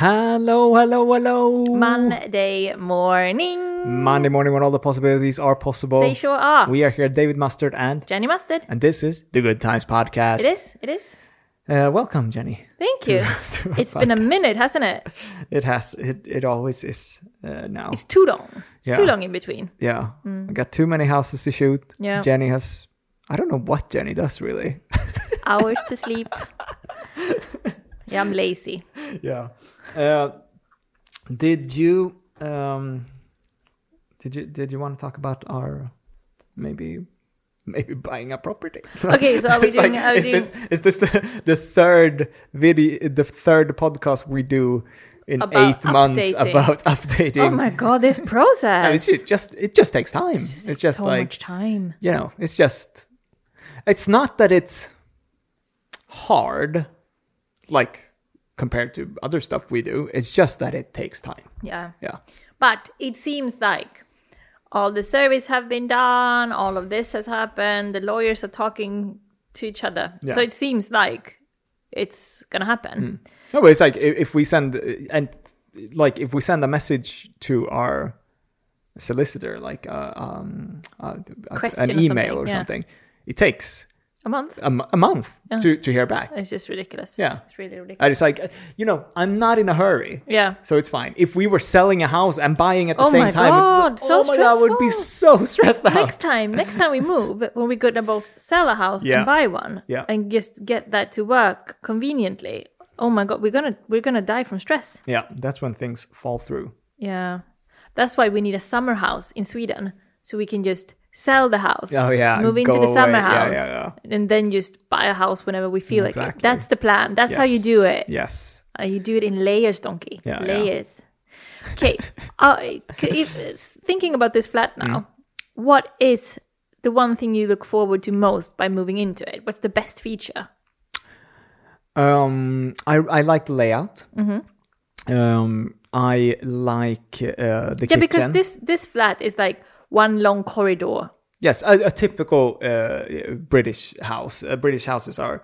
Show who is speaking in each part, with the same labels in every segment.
Speaker 1: Hello, hello, hello.
Speaker 2: Monday morning.
Speaker 1: Monday morning when all the possibilities are possible.
Speaker 2: They sure are.
Speaker 1: Mm. We are here, David Mustard and
Speaker 2: Jenny Mustard.
Speaker 1: and this is the Good Times podcast.
Speaker 2: It is. It is.
Speaker 1: Uh, welcome, Jenny.
Speaker 2: Thank you.
Speaker 1: to our
Speaker 2: It's been a
Speaker 1: podcast.
Speaker 2: minute, hasn't it?
Speaker 1: It has. It, it always is uh, now.
Speaker 2: It's too long. It's too
Speaker 1: Yeah.
Speaker 2: long in between.
Speaker 1: yeah. I got too many houses to shoot.
Speaker 2: Yeah.
Speaker 1: Jenny has. I don't know what Jenny does really.
Speaker 2: Hours to sleep. Yeah, I'm lazy.
Speaker 1: yeah. Uh, did you um, did you did you want to talk about our maybe maybe buying a property?
Speaker 2: Okay, so are we
Speaker 1: It's
Speaker 2: doing- are we
Speaker 1: is this is this the, the third video the third podcast we do in
Speaker 2: About
Speaker 1: eight months
Speaker 2: updating.
Speaker 1: about updating?
Speaker 2: Oh my god, this
Speaker 1: No,
Speaker 2: process.
Speaker 1: it's ju- just it just takes time.
Speaker 2: This
Speaker 1: It's,
Speaker 2: is
Speaker 1: just
Speaker 2: so
Speaker 1: like
Speaker 2: much time.
Speaker 1: you know, it's just it's not that it's hard like compared to other stuff we do. It's just that it takes time.
Speaker 2: Yeah.
Speaker 1: Yeah.
Speaker 2: But it seems like all the surveys have been done, all of this has happened, the lawyers are talking to each other.
Speaker 1: Yeah. Mm.
Speaker 2: So it seems like it's gonna happen.
Speaker 1: No, but it's like i- if we send uh, and like if we send a message to our solicitor like uh, um uh,
Speaker 2: Question
Speaker 1: an
Speaker 2: or
Speaker 1: email
Speaker 2: something,
Speaker 1: or
Speaker 2: yeah.
Speaker 1: something it takes
Speaker 2: A month?
Speaker 1: a, m- a month
Speaker 2: Yeah.
Speaker 1: to, to hear back
Speaker 2: It's just ridiculous.
Speaker 1: Yeah.
Speaker 2: It's really ridiculous.
Speaker 1: and it's like you know i'm not in a hurry
Speaker 2: yeah.
Speaker 1: So it's fine. If we were selling a house and buying at the
Speaker 2: Oh
Speaker 1: same
Speaker 2: my
Speaker 1: time, it would,
Speaker 2: God, so
Speaker 1: oh my God, I would be so stressed out.
Speaker 2: Next time, next time we move, when we're gonna both sell a house
Speaker 1: Yeah.
Speaker 2: and buy one,
Speaker 1: Yeah.
Speaker 2: and just get that to work conveniently. Oh my god, we're gonna we're gonna die from stress.
Speaker 1: yeah, that's when things fall through.
Speaker 2: Yeah, that's why we need a summer house in Sweden, so we can just sell the house.
Speaker 1: Oh, yeah,
Speaker 2: move
Speaker 1: and
Speaker 2: into
Speaker 1: go
Speaker 2: the summer
Speaker 1: away. Yeah,
Speaker 2: house,
Speaker 1: yeah,
Speaker 2: and then just buy a house whenever we feel like it.
Speaker 1: Exactly.
Speaker 2: That's the plan. That's how you
Speaker 1: Yes.
Speaker 2: do it.
Speaker 1: Yes.
Speaker 2: Uh, you do it in layers, donkey.
Speaker 1: Yeah, yeah.
Speaker 2: layers. Okay. uh, c- if, s- thinking about this flat now,
Speaker 1: Mm.
Speaker 2: what is the one thing you look forward to most by moving into it? What's the best feature?
Speaker 1: Um, I I like the layout. Um, I like uh, the
Speaker 2: Mm-hmm. Yeah,
Speaker 1: kitchen.
Speaker 2: because this this flat is like one long corridor.
Speaker 1: yes, a, a typical uh, British house. Uh, British houses are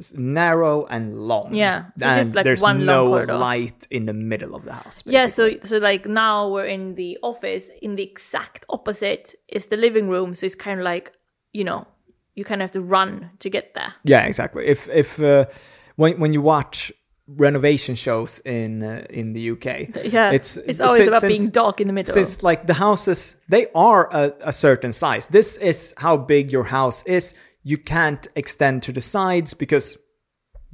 Speaker 1: s- narrow and long.
Speaker 2: Yeah, so it's
Speaker 1: and
Speaker 2: just like
Speaker 1: there's
Speaker 2: one
Speaker 1: no
Speaker 2: long corridor.
Speaker 1: light in the middle of the house.
Speaker 2: Yeah, so so like now we're in the office. In the exact opposite is the living room, so it's kind of like you know you kind of have to run to get there.
Speaker 1: Yeah, exactly. If if uh, when when you watch renovation shows in uh, in the UK,
Speaker 2: Yeah,
Speaker 1: it's
Speaker 2: it's it's always
Speaker 1: since-
Speaker 2: about
Speaker 1: since-
Speaker 2: being dark in the middle.
Speaker 1: Since like the houses, they are a, a certain size. This is how big your house is. You can't extend to the sides because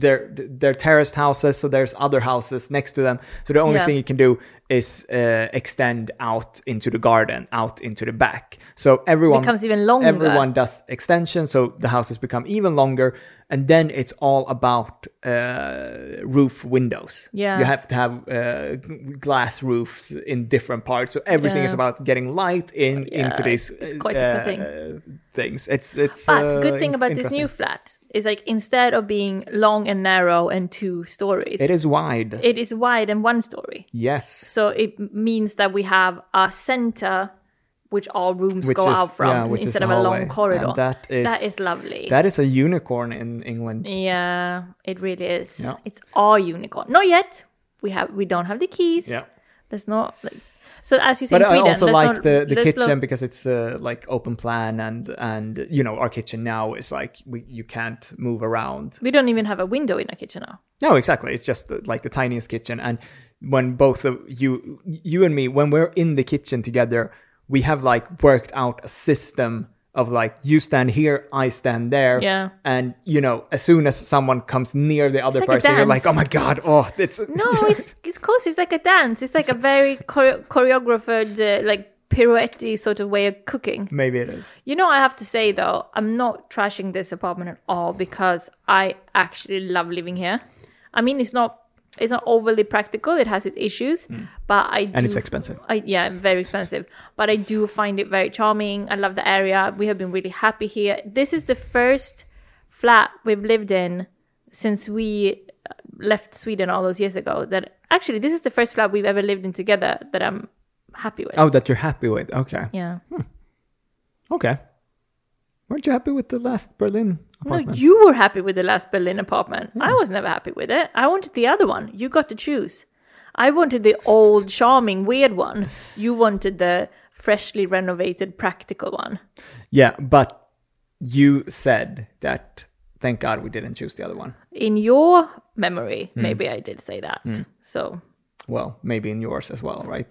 Speaker 1: they're they're terraced houses, so there's other houses next to them. So the only
Speaker 2: Yeah.
Speaker 1: thing you can do is uh, extend out into the garden, out into the back. So everyone
Speaker 2: Becomes even longer.
Speaker 1: Everyone does extension, so the houses become even longer. And then it's all about uh, roof windows.
Speaker 2: Yeah.
Speaker 1: you have to have uh, g- glass roofs in different parts. So everything is
Speaker 2: Yeah.
Speaker 1: about getting light in
Speaker 2: Yeah,
Speaker 1: into these.
Speaker 2: it's- it's quite
Speaker 1: uh,
Speaker 2: depressing.
Speaker 1: uh, things. It's it's.
Speaker 2: But
Speaker 1: uh,
Speaker 2: good thing about this
Speaker 1: interesting.
Speaker 2: new flat is like instead of being long and narrow and two stories,
Speaker 1: It is wide.
Speaker 2: it is wide and one story.
Speaker 1: yes.
Speaker 2: So it means that we have a center which all rooms
Speaker 1: Which
Speaker 2: go
Speaker 1: is-
Speaker 2: out from
Speaker 1: yeah, which is
Speaker 2: instead
Speaker 1: the
Speaker 2: of a long
Speaker 1: hallway.
Speaker 2: corridor.
Speaker 1: And that is-
Speaker 2: that is lovely.
Speaker 1: That is a unicorn in England.
Speaker 2: yeah, it really is.
Speaker 1: Yeah.
Speaker 2: It's our unicorn. Not yet. We have we don't have the keys.
Speaker 1: Yeah.
Speaker 2: There's not like, so as you say
Speaker 1: But
Speaker 2: in Sweden,
Speaker 1: I also
Speaker 2: there's
Speaker 1: like
Speaker 2: not-
Speaker 1: the, the
Speaker 2: there's
Speaker 1: kitchen
Speaker 2: no-
Speaker 1: because it's uh, like open plan and and you know our kitchen now is like we, you can't move around.
Speaker 2: we don't even have a window in our kitchen now.
Speaker 1: No, exactly. It's just uh, like the tiniest kitchen and when both of you you and me when we're in the kitchen together, we have like worked out a system of like you stand here, I stand there.
Speaker 2: Yeah.
Speaker 1: And you know, as soon as someone comes near the other
Speaker 2: like a
Speaker 1: person, you're like, "Oh
Speaker 2: dance.
Speaker 1: my god, oh, it's
Speaker 2: No, it's it's cozy. It's like a dance. It's like a very chore- choreographed, uh, like pirouette sort of way of cooking.
Speaker 1: maybe it is."
Speaker 2: You know, I have to say though, I'm not trashing this apartment at all because I actually love living here. I mean, it's not it's not overly practical. It has its issues, but I do,
Speaker 1: Mm. And it's expensive.
Speaker 2: I, yeah, very expensive. But I do find it very charming. I love the area. We have been really happy here. This is the first flat we've lived in since we uh, left Sweden all those years ago. That actually, this is the first flat we've ever lived in together that I'm happy with.
Speaker 1: Oh, that you're happy with. Okay.
Speaker 2: Yeah.
Speaker 1: Okay. Weren't you happy with the last Berlin
Speaker 2: No,
Speaker 1: apartment?
Speaker 2: you were happy with the last Berlin apartment. I was never happy with it. I wanted the other one. You got to choose. I wanted the old, charming, weird one. You wanted the freshly renovated, practical one.
Speaker 1: Yeah, but you said that thank God we didn't choose the other one.
Speaker 2: In your memory,
Speaker 1: Hmm.
Speaker 2: maybe I did say that. So
Speaker 1: Well, maybe in yours as well, right?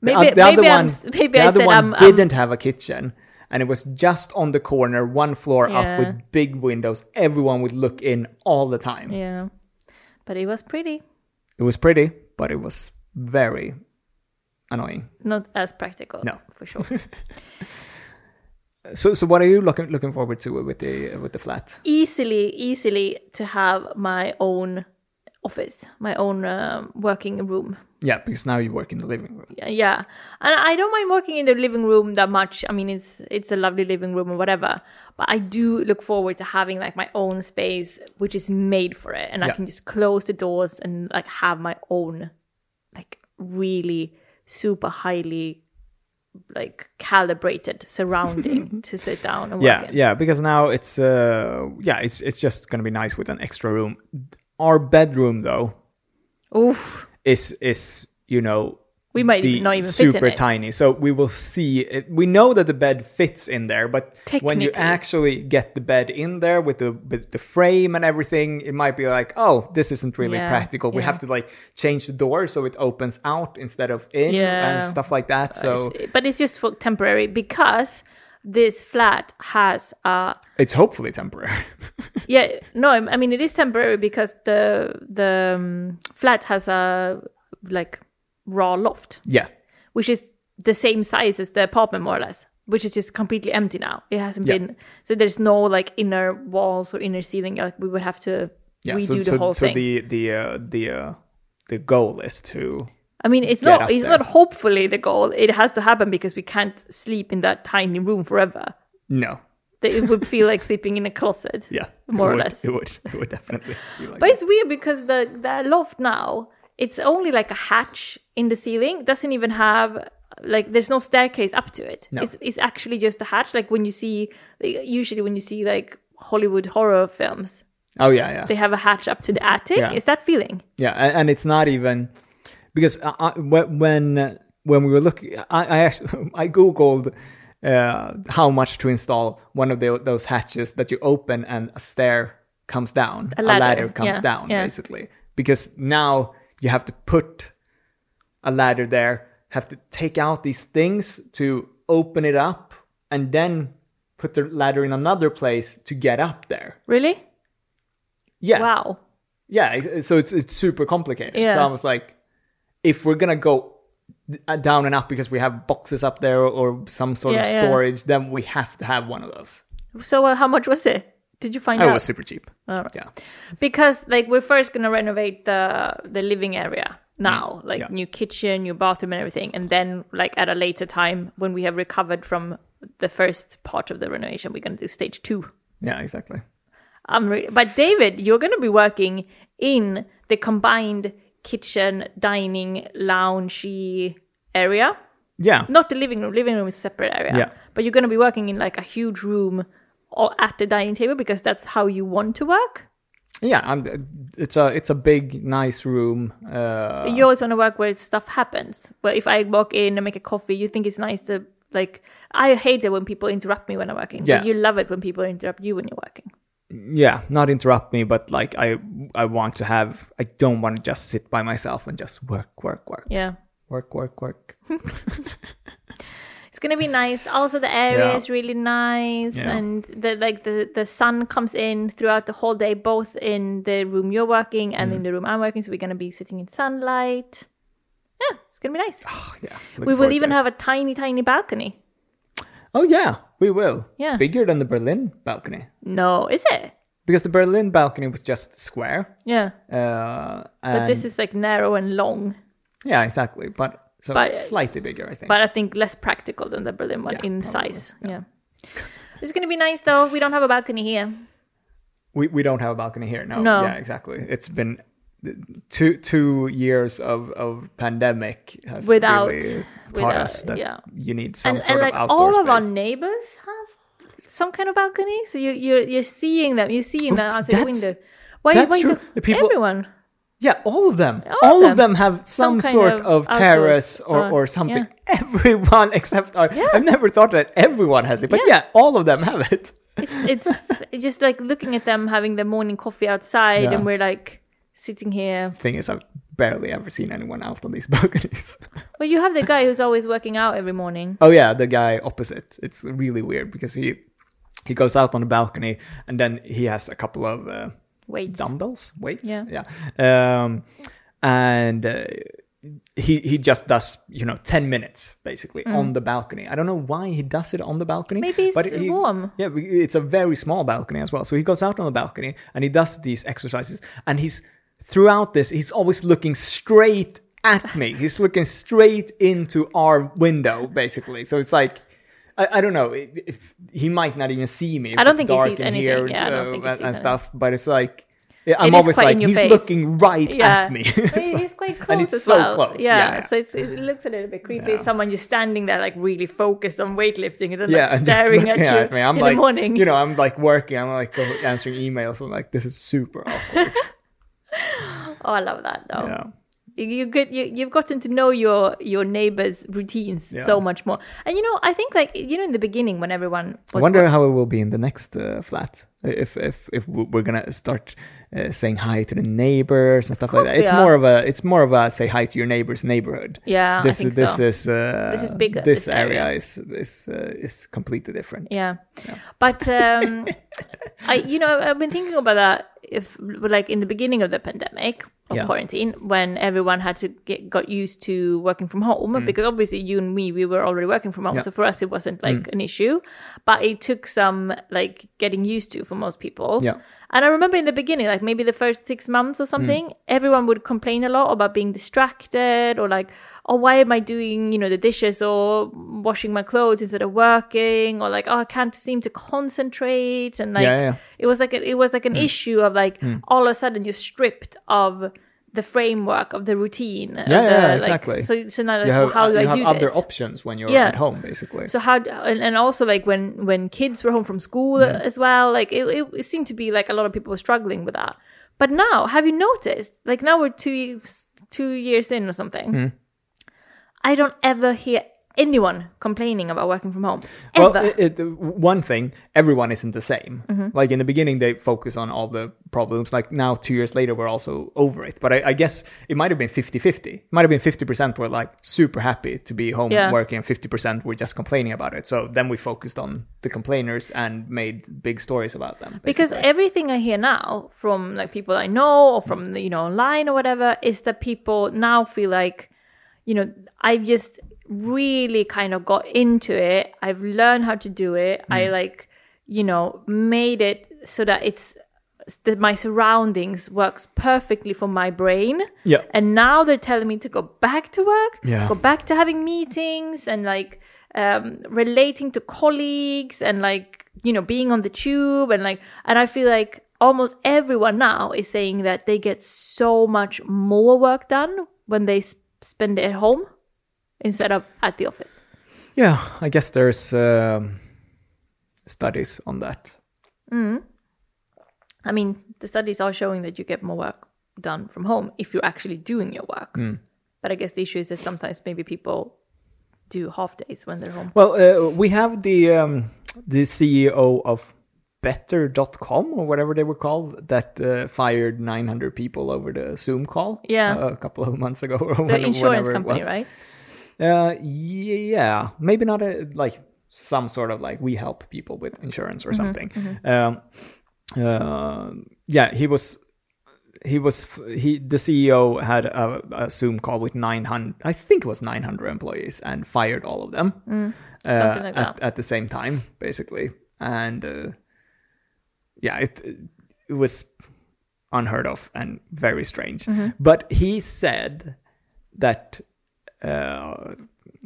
Speaker 1: The
Speaker 2: maybe
Speaker 1: oth- the
Speaker 2: maybe
Speaker 1: other
Speaker 2: I'm
Speaker 1: one,
Speaker 2: s- maybe
Speaker 1: the
Speaker 2: I
Speaker 1: other
Speaker 2: said
Speaker 1: one
Speaker 2: I'm, I'm
Speaker 1: didn't have a kitchen, and it was just on the corner, one floor up,
Speaker 2: Yeah.
Speaker 1: with big windows. Everyone would look in all the time.
Speaker 2: yeah, but it was pretty,
Speaker 1: It was pretty, but it was very annoying.
Speaker 2: not as practical.
Speaker 1: No.
Speaker 2: for sure.
Speaker 1: So, so what are you looking looking forward to with the with the flat?
Speaker 2: easily, easily to have my own office, my own um, working room.
Speaker 1: Yeah, because now you work in the living room.
Speaker 2: yeah and i don't mind working in the living room that much i mean it's it's a lovely living room or whatever but i do look forward to having like my own space which is made for it and i
Speaker 1: Yeah.
Speaker 2: can just close the doors and like have my own like really super highly like calibrated surrounding to sit down and
Speaker 1: Yeah,
Speaker 2: work in.
Speaker 1: yeah, because now it's uh yeah, it's it's just gonna be nice with an extra room. Our bedroom though
Speaker 2: Oof.
Speaker 1: is is you know
Speaker 2: We might
Speaker 1: the
Speaker 2: not even fit in
Speaker 1: super
Speaker 2: it.
Speaker 1: tiny. So we will see. It. We know that the bed fits in there, but when you
Speaker 2: Technically.
Speaker 1: actually get the bed in there with the with the frame and everything, it might be like, oh, this isn't really
Speaker 2: Yeah,
Speaker 1: practical. We
Speaker 2: yeah.
Speaker 1: have to like change the door so it opens out instead of in
Speaker 2: Yeah.
Speaker 1: and stuff like that. So
Speaker 2: but it's just for temporary because this flat has a
Speaker 1: it's hopefully temporary.
Speaker 2: yeah no I I mean it is temporary because the the um, flat has a like raw loft
Speaker 1: yeah,
Speaker 2: which is the same size as the apartment more or less which is just completely empty now it hasn't
Speaker 1: Yeah.
Speaker 2: been so there's no like inner walls or inner ceiling like we would have to
Speaker 1: yeah.
Speaker 2: redo
Speaker 1: so
Speaker 2: the
Speaker 1: so,
Speaker 2: whole
Speaker 1: so
Speaker 2: thing
Speaker 1: the the uh, the uh, the goal is to
Speaker 2: i mean it's
Speaker 1: Get
Speaker 2: not
Speaker 1: up
Speaker 2: it's
Speaker 1: there.
Speaker 2: not hopefully the goal it has to happen because we can't sleep in that tiny room forever
Speaker 1: no.
Speaker 2: that it would feel like sleeping in a closet
Speaker 1: Yeah, it
Speaker 2: More or
Speaker 1: would-
Speaker 2: less.
Speaker 1: It would. It would definitely. Be like
Speaker 2: But it's weird because the the loft now it's only like a hatch in the ceiling. Doesn't even have like there's no staircase up to it.
Speaker 1: No.
Speaker 2: It's it's actually just a hatch. Like when you see usually when you see like Hollywood horror films,
Speaker 1: that. oh yeah, yeah.
Speaker 2: they have a hatch up to the attic.
Speaker 1: Yeah.
Speaker 2: It's that feeling.
Speaker 1: Yeah, and, and it's not even because I, I, when when- uh, when we were looking, I I, actually, I googled uh, how much to install one of the, those hatches that you open and a stair comes down,
Speaker 2: A ladder,
Speaker 1: comes
Speaker 2: yeah,
Speaker 1: down,
Speaker 2: yeah.
Speaker 1: basically. Because now you have to put a ladder there, have to take out these things to open it up, and then put the ladder in another place to get up there.
Speaker 2: Really?
Speaker 1: Yeah,
Speaker 2: Wow.
Speaker 1: yeah, it- so it's it's super complicated. So
Speaker 2: Yeah.
Speaker 1: I was like, if we're gonna go uh, down and up because we have boxes up there or some sort of
Speaker 2: Yeah, yeah.
Speaker 1: storage, then we have to have one of those.
Speaker 2: So uh, how much was it? Did you find
Speaker 1: Oh,
Speaker 2: out?
Speaker 1: it was super cheap.
Speaker 2: All right.
Speaker 1: Yeah,
Speaker 2: because like we're first gonna renovate the the living area now like
Speaker 1: Yeah.
Speaker 2: new kitchen new bathroom and everything and then like at a later time when we have recovered from the first part of the renovation we're gonna do stage two
Speaker 1: yeah, exactly.
Speaker 2: i'm re- but david you're gonna be working in the combined kitchen dining loungy area
Speaker 1: Yeah,
Speaker 2: not the living room living room is a separate area
Speaker 1: Yeah.
Speaker 2: but you're gonna be working in like a huge room or at the dining table because that's how you want to work
Speaker 1: yeah. I'm, it's a it's a big nice room. Uh,
Speaker 2: you always want to work where stuff happens. But if I walk in and make a coffee, you think it's nice to like. I hate it when people interrupt me when I'm working.
Speaker 1: Yeah.
Speaker 2: But you love it when people interrupt you when you're working.
Speaker 1: yeah, not interrupt me, but like I I want to have. I don't want to just sit by myself and just work, work, work,
Speaker 2: Yeah,
Speaker 1: work, work, work.
Speaker 2: it's gonna be nice. Also, the area
Speaker 1: Yeah.
Speaker 2: is really nice,
Speaker 1: Yeah.
Speaker 2: and the like the the sun comes in throughout the whole day, both in the room you're working and
Speaker 1: Mm.
Speaker 2: in the room I'm working. So we're gonna be sitting in sunlight. Yeah, it's gonna be nice.
Speaker 1: Yeah,
Speaker 2: we will even have a tiny, tiny balcony.
Speaker 1: Oh yeah, we will.
Speaker 2: Yeah.
Speaker 1: bigger than the Berlin balcony.
Speaker 2: No, is it?
Speaker 1: because the Berlin balcony was just square.
Speaker 2: Yeah,
Speaker 1: Uh,
Speaker 2: but
Speaker 1: and
Speaker 2: this is like narrow and long.
Speaker 1: yeah, exactly. But so
Speaker 2: But-
Speaker 1: slightly bigger, I think.
Speaker 2: but I think less practical than the Berlin one
Speaker 1: Yeah,
Speaker 2: in
Speaker 1: probably,
Speaker 2: size. Yeah. It's gonna be nice though. We don't have a balcony here.
Speaker 1: we we don't have a balcony here. No.
Speaker 2: No.
Speaker 1: Yeah, exactly. It's been two two years of of pandemic has
Speaker 2: Without-
Speaker 1: really taught
Speaker 2: without-
Speaker 1: us that
Speaker 2: uh, yeah.
Speaker 1: you need some
Speaker 2: And,
Speaker 1: sort
Speaker 2: and like
Speaker 1: of outdoor
Speaker 2: all of our
Speaker 1: space.
Speaker 2: neighbors have some kind of balcony. So you you're you're seeing them. You're seeing them
Speaker 1: Oh,
Speaker 2: outside the
Speaker 1: that's-
Speaker 2: window. Why
Speaker 1: that's
Speaker 2: why
Speaker 1: true.
Speaker 2: do-
Speaker 1: The people-
Speaker 2: everyone?
Speaker 1: Yeah, all of them.
Speaker 2: All of
Speaker 1: All, of
Speaker 2: them.
Speaker 1: them have some,
Speaker 2: Some kind
Speaker 1: sort
Speaker 2: of
Speaker 1: of,
Speaker 2: outdoors,
Speaker 1: terrace or,
Speaker 2: uh,
Speaker 1: or something. Everyone except our,
Speaker 2: Yeah.
Speaker 1: I've never thought that everyone has it, but
Speaker 2: Yeah.
Speaker 1: yeah, all of them have it.
Speaker 2: It's it's just like looking at them having their morning coffee outside,
Speaker 1: Yeah.
Speaker 2: and we're like sitting here.
Speaker 1: Thing is, I've barely ever seen anyone out on these balconies.
Speaker 2: Well, you have the guy who's always working out every morning.
Speaker 1: Oh yeah, the guy opposite. It's really weird because he he goes out on the balcony and then he has a couple of uh,
Speaker 2: Weights.
Speaker 1: dumbbells, weights.
Speaker 2: Yeah.
Speaker 1: yeah. Um, and uh, he he just does you know ten minutes basically on the balcony. I don't know why he does it on the balcony.
Speaker 2: Mm. Maybe it's
Speaker 1: he-
Speaker 2: warm.
Speaker 1: Yeah, we- it's a very small balcony as well. So he goes out on the balcony and he does these exercises. And he's throughout this, he's always looking straight at me. He's looking straight into our window, basically. So it's like. I, I don't know. i- If he might not even see me. if
Speaker 2: I don't
Speaker 1: it's
Speaker 2: think he
Speaker 1: dark
Speaker 2: sees
Speaker 1: in
Speaker 2: anything.
Speaker 1: Here,
Speaker 2: Yeah, I don't
Speaker 1: so-
Speaker 2: think he
Speaker 1: and,
Speaker 2: sees
Speaker 1: and
Speaker 2: anything.
Speaker 1: stuff. But it's like yeah, I'm
Speaker 2: is
Speaker 1: always
Speaker 2: quite
Speaker 1: like
Speaker 2: in your
Speaker 1: he's
Speaker 2: face."
Speaker 1: looking right
Speaker 2: yeah,
Speaker 1: at me.
Speaker 2: But
Speaker 1: So-
Speaker 2: he's quite close
Speaker 1: and it's
Speaker 2: as
Speaker 1: so
Speaker 2: well.
Speaker 1: close.
Speaker 2: Yeah,
Speaker 1: Yeah, yeah.
Speaker 2: so it's, it looks a little bit creepy.
Speaker 1: Yeah.
Speaker 2: Someone just standing there, like really focused on weightlifting, and then
Speaker 1: yeah,
Speaker 2: like
Speaker 1: and just
Speaker 2: staring at
Speaker 1: looking
Speaker 2: you
Speaker 1: at me. I'm
Speaker 2: in
Speaker 1: like,
Speaker 2: the morning.
Speaker 1: you know, I'm like working. I'm like go- answering emails. I'm like, this is super awkward.
Speaker 2: oh, I love that though.
Speaker 1: yeah.
Speaker 2: You- you get you, you've gotten to know your your neighbors' routines
Speaker 1: Yeah.
Speaker 2: so much more. And you know, I think like you know, in the beginning when everyone
Speaker 1: I
Speaker 2: was
Speaker 1: wonder how it will be in the next uh, flat. If if if we're gonna start uh, saying hi to the neighbors and stuff like
Speaker 2: course
Speaker 1: that. It's
Speaker 2: we
Speaker 1: more of a it's more of a say hi to your neighbors neighborhood.
Speaker 2: yeah,
Speaker 1: this
Speaker 2: I think
Speaker 1: is this
Speaker 2: so.
Speaker 1: is uh,
Speaker 2: This is bigger,
Speaker 1: This,
Speaker 2: this
Speaker 1: area,
Speaker 2: area.
Speaker 1: is is uh, is completely different.
Speaker 2: Yeah. But um I you know I've been thinking about that if like in the beginning of the pandemic of
Speaker 1: Yeah.
Speaker 2: quarantine when everyone had to get got used to working from home because obviously you and me we were already working from home
Speaker 1: Mm. Yeah. Mm.
Speaker 2: so for us it wasn't like an issue but it took some like getting used to for most people.
Speaker 1: Yeah. Hmm.
Speaker 2: And I remember in the beginning like maybe the first 6 months or something everyone would complain a lot about being distracted or like oh why am i doing you know the dishes or washing my clothes instead of working or like oh i can't seem to concentrate and like
Speaker 1: Yeah, yeah, Hmm. yeah.
Speaker 2: it was like a, it was like an issue of like all of a sudden you're stripped of the framework of the routine yeah,
Speaker 1: yeah, yeah, exactly.
Speaker 2: so, so now like,
Speaker 1: You have,
Speaker 2: how do
Speaker 1: you
Speaker 2: i
Speaker 1: have
Speaker 2: do
Speaker 1: other
Speaker 2: this
Speaker 1: options when you're
Speaker 2: Yeah.
Speaker 1: at home, basically.
Speaker 2: so how and, and also like when when kids were home from school as well like it, it, it seemed to be like a lot of people were struggling with that but now have you noticed like now we're two years- two years in or something i don't ever hear anyone complaining about working from home ever Mm-hmm.
Speaker 1: well, it, it, one thing, everyone isn't the same. Like in the beginning, they focus on all the problems. Like now, two years later, we're also over it. But I, I guess it might have been 50 50. It might have been 50% were like super happy to be home
Speaker 2: Yeah.
Speaker 1: working, and 50% were just complaining about it. So then we focused on the complainers and made big stories about them.
Speaker 2: because
Speaker 1: basically.
Speaker 2: everything i hear now from like people i know or from you know online or whatever is that people now feel like you know i've just really kind of got into it i've learned how to do it i like you know made it so that it's that my surroundings works perfectly for my brain
Speaker 1: Yeah.
Speaker 2: and now they're telling me to go back to work
Speaker 1: Yeah.
Speaker 2: go back to having meetings and like um, relating to colleagues and like you know being on the tube and like and i feel like almost everyone now is saying that they get so much more work done when they sp- spend it at home instead of at the office
Speaker 1: Yeah, I guess there's um, studies on that.
Speaker 2: i mean the studies are showing that you get more work done from home if you're actually doing your work but i guess the issue is that sometimes maybe people do half days when they're home
Speaker 1: Well, uh, we have the um, the CEO of Better.com or whatever they were called that uh, fired 900 people over the Zoom call.
Speaker 2: Yeah.
Speaker 1: uh, a couple of months ago. Or
Speaker 2: the
Speaker 1: when-
Speaker 2: insurance
Speaker 1: whenever it
Speaker 2: company
Speaker 1: was.
Speaker 2: right
Speaker 1: Uh, yeah, maybe not a like some sort of like we help people with insurance
Speaker 2: Mm-hmm.
Speaker 1: or something. Um, uh, yeah, he was. He was he the CEO had a, a Zoom call with 900 I think it was 900 employees and fired all of them uh,
Speaker 2: Mm. Something like
Speaker 1: at,
Speaker 2: that.
Speaker 1: at the same time basically and uh, yeah it it was unheard of and very strange
Speaker 2: Mm-hmm.
Speaker 1: but he said that uh,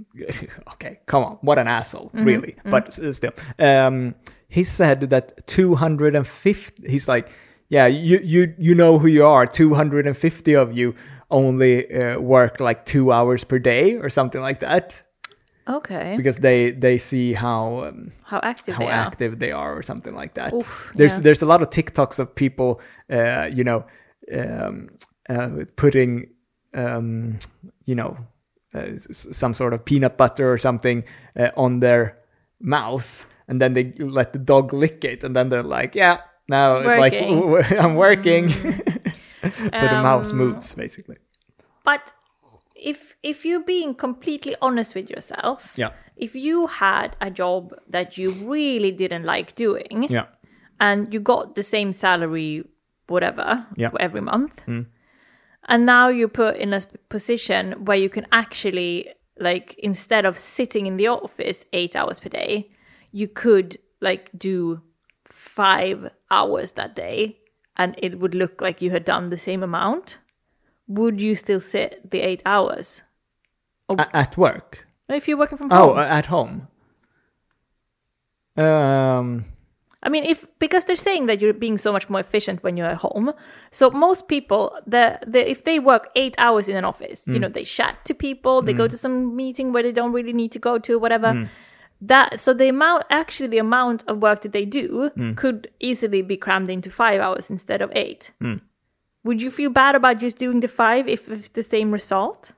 Speaker 1: okay, come on, what an asshole, really. But s- still, um, he said that 250. He's like, yeah, you you you know who you are. 250 of you only uh, worked like two hours per day or something like that
Speaker 2: okay
Speaker 1: because they they see how. Um,
Speaker 2: how active
Speaker 1: how
Speaker 2: they are.
Speaker 1: active they are or something like that.
Speaker 2: Oof,
Speaker 1: there's
Speaker 2: yeah.
Speaker 1: there's a lot of TikToks of people, uh, you know, um, uh, with putting, um, you know, uh, s- s- some sort of peanut butter or something uh, on their mouth, and then they let the dog lick it, and then they're like, "Yeah, now it's like
Speaker 2: Working. Mm.
Speaker 1: w- w- I'm working." so the mouse
Speaker 2: Um,
Speaker 1: moves basically.
Speaker 2: But if if you're being completely honest with yourself,
Speaker 1: Yeah.
Speaker 2: if you had a job that you really didn't like doing,
Speaker 1: Yeah.
Speaker 2: and you got the same salary, whatever,
Speaker 1: Yeah. Hmm.
Speaker 2: every month, and now you're put in a s- position where you can actually, like, instead of sitting in the office eight hours per day, you could like do five hours that day, and it would look like you had done the same amount. Would you still sit the eight hours Oh.
Speaker 1: A- at work.
Speaker 2: if you're working from home?
Speaker 1: Oh, uh, at home. Um.
Speaker 2: I mean, if because they're saying that you're being so much more efficient when you're at home. So most people, the, the if they work eight hours in an office, you know, they chat to people, they go to some meeting where they don't really need to go to, whatever. That so the amount actually the amount of work that they do could easily be crammed into five hours instead of eight. Would you feel bad about just doing the five if it's the same result?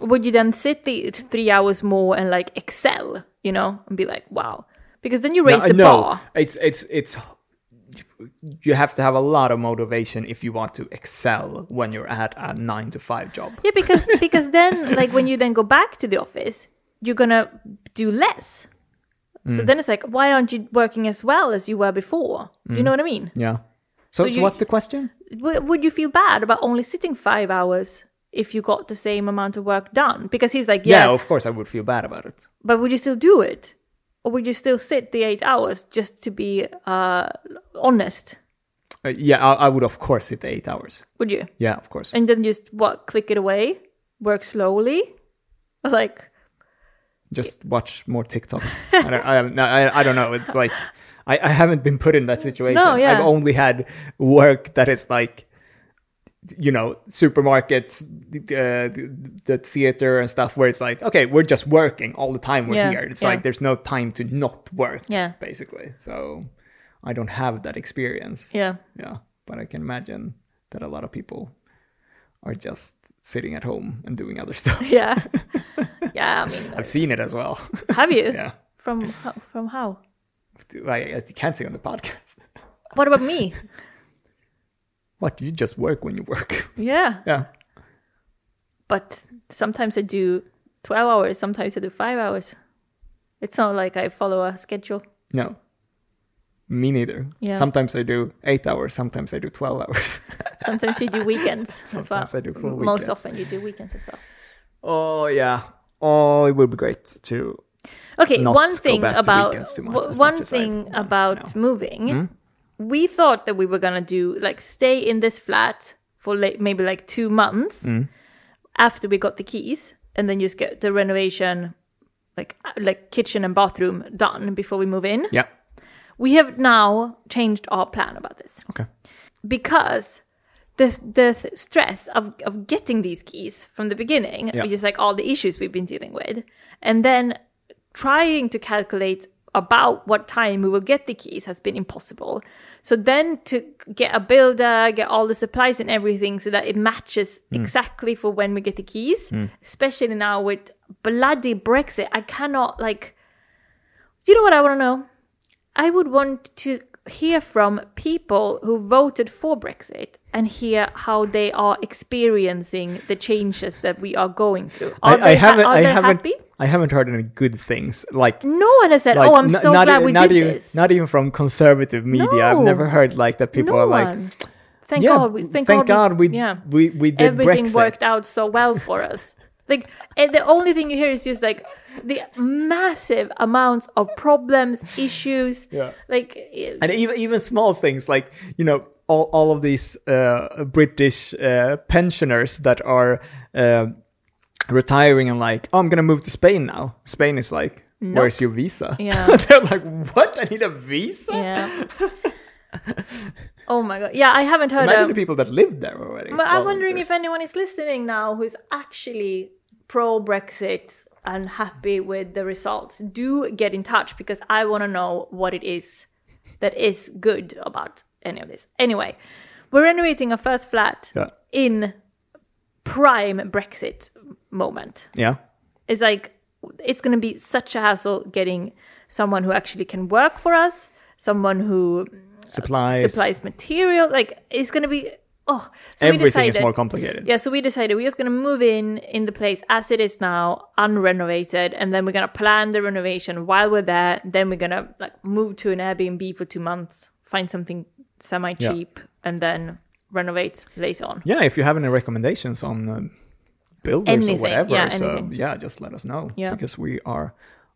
Speaker 2: would you then sit the it's three hours more and like excel, you know, and be like, wow? Because then you raise
Speaker 1: no,
Speaker 2: the
Speaker 1: no,
Speaker 2: bar.
Speaker 1: It's it's it's you have to have a lot of motivation if you want to excel when you're at a nine to five job.
Speaker 2: Yeah, because because then like when you then go back to the office, you're gonna do less. So then it's like, why aren't you working as well as you were before? Do you know what I mean?
Speaker 1: Yeah. So,
Speaker 2: So
Speaker 1: so
Speaker 2: you-
Speaker 1: what's the question?
Speaker 2: W- would you feel bad about only sitting five hours if you got the same amount of work done? Because he's like,
Speaker 1: Yeah.
Speaker 2: yeah,
Speaker 1: of course I would feel bad about it.
Speaker 2: but would you still do it, or would you still sit the eight hours just to be uh, honest?
Speaker 1: Uh, yeah, I, I would of course sit the eight hours.
Speaker 2: Would you?
Speaker 1: Yeah, of course.
Speaker 2: and then just what click it away work slowly like
Speaker 1: Just watch more TikTok. I don't, I, haven't- no, I, I don't know. It's like I, I haven't been put in that situation.
Speaker 2: No, yeah.
Speaker 1: I've only had work that is like you know supermarkets uh, the, the theater and stuff where it's like okay we're just working all the time we're
Speaker 2: Yeah,
Speaker 1: here it's
Speaker 2: yeah.
Speaker 1: like there's no time to not work
Speaker 2: Yeah.
Speaker 1: basically so i don't have that experience
Speaker 2: yeah
Speaker 1: yeah but i can imagine that a lot of people are just sitting at home and doing other stuff
Speaker 2: yeah yeah i mean
Speaker 1: i've seen it as well
Speaker 2: have you
Speaker 1: yeah
Speaker 2: from ho- from how
Speaker 1: I, I can't say on the podcast
Speaker 2: what about me
Speaker 1: what you just work when you work
Speaker 2: yeah
Speaker 1: yeah
Speaker 2: but sometimes i do 12 hours sometimes i do 5 hours it's not like i follow a schedule
Speaker 1: No. Me neither.
Speaker 2: Yeah.
Speaker 1: Sometimes I do eight hours, sometimes I do 12 hours.
Speaker 2: sometimes you do weekends as well
Speaker 1: Sometimes I do full
Speaker 2: Mm, most
Speaker 1: weekends.
Speaker 2: often you do weekends as well
Speaker 1: oh, yeah. Oh, it would be great to.
Speaker 2: Okay,
Speaker 1: not
Speaker 2: one
Speaker 1: go
Speaker 2: thing
Speaker 1: back to
Speaker 2: about
Speaker 1: weekends too much,
Speaker 2: w-
Speaker 1: as
Speaker 2: one
Speaker 1: much as I Hmm?
Speaker 2: thing
Speaker 1: want
Speaker 2: about moving. We thought that we were gonna do like stay in this flat for like, maybe like two months
Speaker 1: Hmm.
Speaker 2: after we got the keys, and then just get the renovation, like uh, like kitchen and bathroom done before we move in.
Speaker 1: Yeah.
Speaker 2: We have now changed our plan about this
Speaker 1: Okay.
Speaker 2: because the the th- stress of of getting these keys from the beginning,
Speaker 1: Yeah.
Speaker 2: which is like all the issues we've been dealing with, and then trying to calculate about what time we will get the keys has been impossible. So then to get a builder, get all the supplies and everything so that it matches
Speaker 1: Hmm.
Speaker 2: exactly for when we get the keys, especially now with bloody Brexit, I cannot like you know what I want to know? I would want to hear from people who voted for Brexit and hear how they are experiencing the changes that we are going through. Are
Speaker 1: I, I
Speaker 2: they, ha-
Speaker 1: haven't.
Speaker 2: are
Speaker 1: I
Speaker 2: they
Speaker 1: haven't.
Speaker 2: happy?
Speaker 1: I haven't heard any good things. Like,
Speaker 2: No one has said,
Speaker 1: like
Speaker 2: "Oh, I'm
Speaker 1: n-
Speaker 2: so
Speaker 1: not
Speaker 2: glad
Speaker 1: e-
Speaker 2: we
Speaker 1: not
Speaker 2: did
Speaker 1: even,
Speaker 2: this."
Speaker 1: Not even from conservative media.
Speaker 2: No.
Speaker 1: I've never heard like that. People
Speaker 2: no
Speaker 1: are like,
Speaker 2: one. Thank
Speaker 1: "Yeah,
Speaker 2: God. We, thank,
Speaker 1: God, we,
Speaker 2: yeah.
Speaker 1: we we did
Speaker 2: everything
Speaker 1: Brexit.
Speaker 2: worked out so well for us. Like and the only thing you hear is just like the massive amounts of problems, issues.
Speaker 1: Yeah.
Speaker 2: Like eh, it-
Speaker 1: and even even small things like you know all, all of these uh, British uh, pensioners that are uh, retiring and like oh I'm gonna move to Spain now. Spain is like where's your visa?
Speaker 2: Yeah.
Speaker 1: they're like what? I need a visa.
Speaker 2: yeah. oh my god. Yeah, I haven't heard
Speaker 1: Imagine
Speaker 2: of
Speaker 1: the people that live there already.
Speaker 2: But
Speaker 1: Well,
Speaker 2: I'm wondering if
Speaker 1: there's-
Speaker 2: anyone is listening now who's actually pro Brexit and happy with the results. Do get in touch because I want to know what it is that is good about any of this. Anyway, We're renovating our first flat
Speaker 1: Yeah.
Speaker 2: in prime Brexit moment.
Speaker 1: Yeah.
Speaker 2: It's like it's going to be such a hassle getting someone who actually can work for us, someone who
Speaker 1: Supplies.
Speaker 2: supplies material. Like it's going to be oh. So we
Speaker 1: Everything
Speaker 2: decided,
Speaker 1: is more complicated.
Speaker 2: yeah, so we decided we're just gonna move in in the place as it is now, unrenovated, and then we're gonna plan the renovation while we're there. Then we're gonna like move to an Airbnb for two months, find something semi cheap, and then renovate later on.
Speaker 1: Yeah, if you have any recommendations on um, builders
Speaker 2: Anything,
Speaker 1: or whatever,
Speaker 2: yeah,
Speaker 1: so
Speaker 2: anything.
Speaker 1: yeah, just let us know
Speaker 2: Yeah.
Speaker 1: because we are